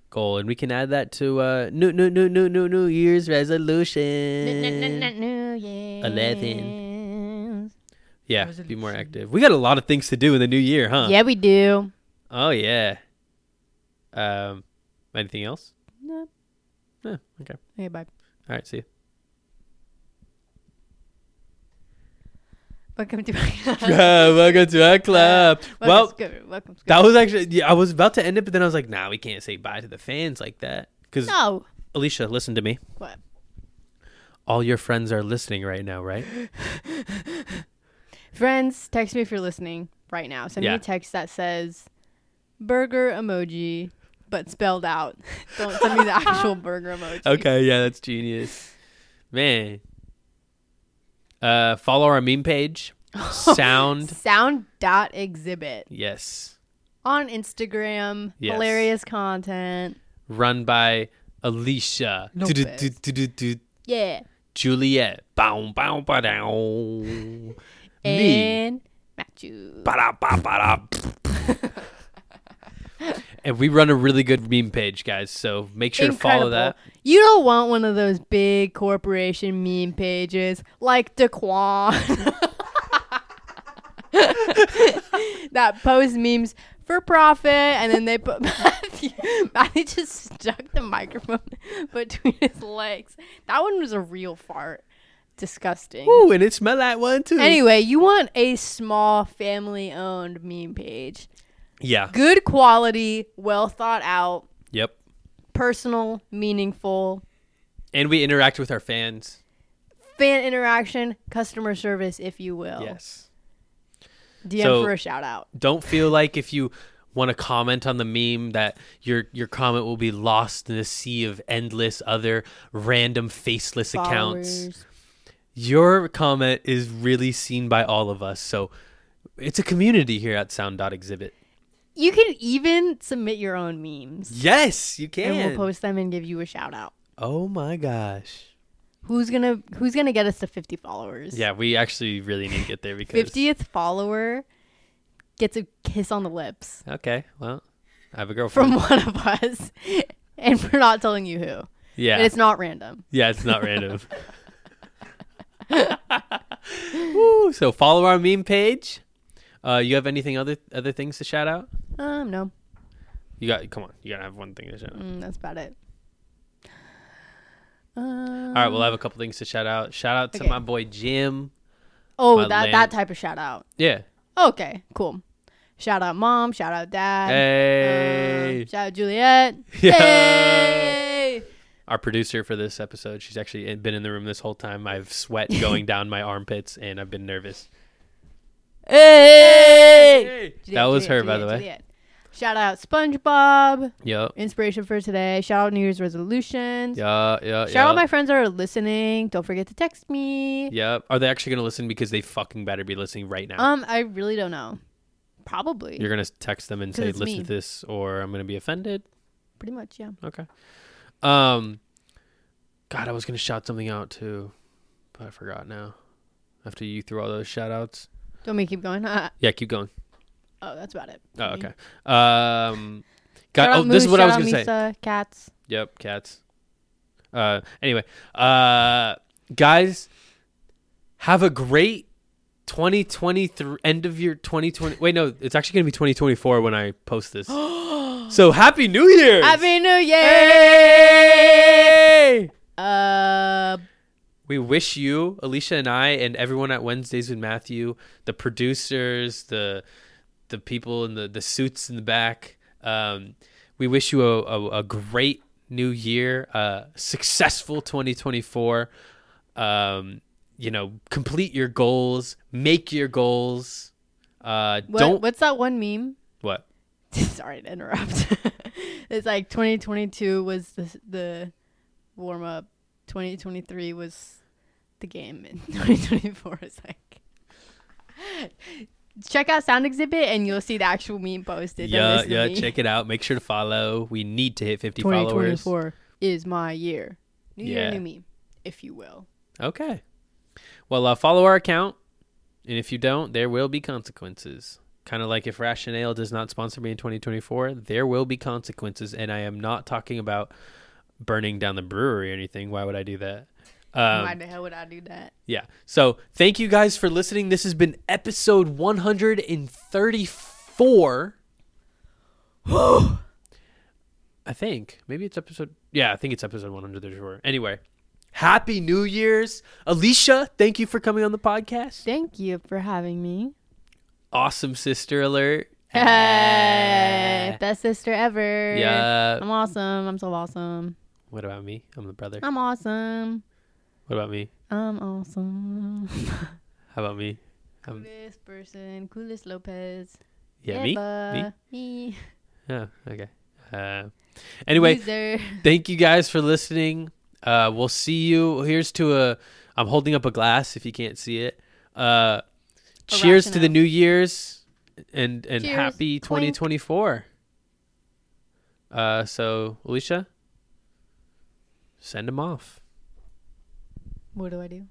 Speaker 2: goal and we can add that to uh new new new new new new year's resolution
Speaker 3: Eleven.
Speaker 2: yeah be more active we got a lot of things to do in the new year huh
Speaker 3: yeah we do
Speaker 2: Oh yeah. Um, anything else?
Speaker 3: no.
Speaker 2: No. Okay.
Speaker 3: okay bye
Speaker 2: All right. See you.
Speaker 3: welcome to my
Speaker 2: welcome to our club. well,
Speaker 3: welcome, Scoop. welcome Scoop.
Speaker 2: that was actually yeah, I was about to end it, but then I was like, nah, we can't say bye to the fans like that. Because
Speaker 3: no
Speaker 2: Alicia, listen to me.
Speaker 3: What?
Speaker 2: All your friends are listening right now, right?
Speaker 3: Friends, text me if you're listening right now. Send
Speaker 2: Yeah.
Speaker 3: me a text that says burger emoji, but spelled out. Don't send me the actual burger emoji.
Speaker 2: okay. Yeah, that's genius, man. Uh, follow our meme page.
Speaker 3: Oh,
Speaker 2: Sound.
Speaker 3: Sound dot exhibit
Speaker 2: Yes.
Speaker 3: on Instagram.
Speaker 2: Yes.
Speaker 3: Hilarious content.
Speaker 2: Run by Alicia.
Speaker 3: Lopez.
Speaker 2: Du-du-du-du-du-du.
Speaker 3: Yeah.
Speaker 2: Juliet. Bow, bow, ba, dow. Me.
Speaker 3: Eh. And Matthew.
Speaker 2: Ba, da, ba, ba, da. And we run a really good meme page, guys. So make sure to follow
Speaker 3: Incredible.
Speaker 2: that.
Speaker 3: You don't want one of those big corporation meme pages like Daquan that post memes for profit, and then they put Matthew. Matthew just stuck the microphone between his legs. That one was a real fart. Disgusting.
Speaker 2: Ooh, and it smell like one too.
Speaker 3: Anyway, you want a small family-owned meme page.
Speaker 2: Yeah.
Speaker 3: Good quality, well thought out,
Speaker 2: Yep.
Speaker 3: personal, meaningful,
Speaker 2: And we interact with our fans.
Speaker 3: fan interaction, customer service, if you will.
Speaker 2: Yes.
Speaker 3: DM
Speaker 2: So-
Speaker 3: for a shout out.
Speaker 2: Don't feel like if you want to comment on the meme that your your comment will be lost in a sea of endless other random faceless accounts.
Speaker 3: Followers.
Speaker 2: Your comment is really seen by all of us. So it's a community here at Sound Dot Exhibit.
Speaker 3: You can even submit your own memes,
Speaker 2: Yes, you can.
Speaker 3: and we'll post them and give you a shout out.
Speaker 2: oh my gosh.
Speaker 3: Who's gonna Who's gonna get us to fifty followers?
Speaker 2: Yeah, we actually really need to get there because
Speaker 3: fiftieth follower gets a kiss on the lips
Speaker 2: Okay, well, I have a girlfriend.
Speaker 3: from one of us, and we're not telling you who.
Speaker 2: yeah,
Speaker 3: And it's not random.
Speaker 2: yeah, it's not random. Woo, so follow our meme page. Uh, you have anything other other things to shout out?
Speaker 3: Um, no,
Speaker 2: You got come on, you gotta have one thing to shout out.
Speaker 3: mm, that's about it. Um,
Speaker 2: All right, well, I have a couple things to shout out. Shout out to
Speaker 3: Mm-hmm. Okay.
Speaker 2: my boy Jim.
Speaker 3: Oh,
Speaker 2: my
Speaker 3: that
Speaker 2: lamp.
Speaker 3: that type of shout out.
Speaker 2: Yeah.
Speaker 3: Okay, cool. Shout out mom. Shout out dad.
Speaker 2: Hey.
Speaker 3: Um, shout out Juliet.
Speaker 2: Yeah.
Speaker 3: Hey.
Speaker 2: Our producer for this episode, she's actually in- been in the room this whole time. I've sweat going down my armpits and I've been nervous.
Speaker 3: Hey.
Speaker 2: that
Speaker 3: Juliet,
Speaker 2: was her,
Speaker 3: Juliet,
Speaker 2: by the
Speaker 3: Juliet,
Speaker 2: way.
Speaker 3: Juliet. Shout out SpongeBob.
Speaker 2: Yup.
Speaker 3: Inspiration for today. Shout out New Year's resolutions.
Speaker 2: Yeah, yeah,
Speaker 3: Shout out my friends that are listening. Don't forget to text me.
Speaker 2: Yep. Are they actually going to listen? Because they fucking better be listening right now.
Speaker 3: Um, I really don't know. Probably.
Speaker 2: You're going to text them and
Speaker 3: 'Cause
Speaker 2: say,
Speaker 3: it's
Speaker 2: listen
Speaker 3: me.
Speaker 2: to this, or I'm going to be offended.
Speaker 3: Pretty much, yeah.
Speaker 2: Okay. Um, God, I was going to shout something out too, but I forgot now. After you threw all those shout outs.
Speaker 3: Don't make keep going. oh,
Speaker 2: Yeah, keep going.
Speaker 3: that's about it.
Speaker 2: Oh,
Speaker 3: Me.
Speaker 2: okay. Um, God,
Speaker 3: Shout
Speaker 2: oh,
Speaker 3: out
Speaker 2: this is
Speaker 3: Moose,
Speaker 2: what I was
Speaker 3: shout
Speaker 2: going to
Speaker 3: out
Speaker 2: say.
Speaker 3: Misa, Cats.
Speaker 2: Yep, cats. Uh, anyway, uh, guys, have a great 2023 end of year 2020. Wait, no, it's actually gonna be 2024 when I post this. so happy New Year!
Speaker 3: Happy New Year!
Speaker 2: Hey!
Speaker 3: Uh,
Speaker 2: We wish you, Alicia and I, and everyone at Wednesdays with Matthew, the producers, the the people in the, the suits in the back. Um, we wish you a, a, a great new year, uh, successful 2024. Um, you know, complete your goals, make your goals. Uh,
Speaker 3: what,
Speaker 2: don't
Speaker 3: what's that one meme?
Speaker 2: what?
Speaker 3: Sorry to interrupt. it's like 2022 was the, the warm up, 2023 was the game, and 2024 is like. Check out Sound Exhibit and you'll see the actual meme posted. Don't
Speaker 2: Yeah,
Speaker 3: listen to
Speaker 2: yeah.
Speaker 3: me.
Speaker 2: Check it out. Make sure to follow. We need to hit 50 followers.
Speaker 3: 2024 is my year. New
Speaker 2: Yeah.
Speaker 3: year, new me, if you will.
Speaker 2: Okay. Well, uh, follow our account, and if you don't, there will be consequences. Kind of like if Rationale does not sponsor me in 2024, there will be consequences, and I am not talking about burning down the brewery or anything. Why would I do that?
Speaker 3: Why
Speaker 2: Um,
Speaker 3: the hell would I do that?
Speaker 2: yeah. So thank you guys for listening. This has been episode 134. I think maybe it's episode. Yeah, I think it's episode 134. Anyway, happy New Year's, Alicia. Thank you for coming on the podcast.
Speaker 3: Thank you for having me.
Speaker 2: Awesome sister alert.
Speaker 3: Hey, best sister ever.
Speaker 2: Yeah.
Speaker 3: I'm awesome. I'm so awesome.
Speaker 2: What about me? I'm the brother.
Speaker 3: I'm awesome.
Speaker 2: What about me?
Speaker 3: I'm awesome.
Speaker 2: How about me? Um,
Speaker 3: coolest person, coolest Lopez.
Speaker 2: yeah, me. Me.
Speaker 3: ever. me.
Speaker 2: Oh, okay. Uh, anyway,
Speaker 3: Loser.
Speaker 2: thank you guys for listening. Uh, we'll see you. Here's to a. I'm holding up a glass if you can't see it. Uh, cheers to the
Speaker 3: rationale.
Speaker 2: New Year's and and
Speaker 3: Cheers.
Speaker 2: happy
Speaker 3: Clink.
Speaker 2: 2024. Uh, so Alicia, send them off.
Speaker 3: What do I do?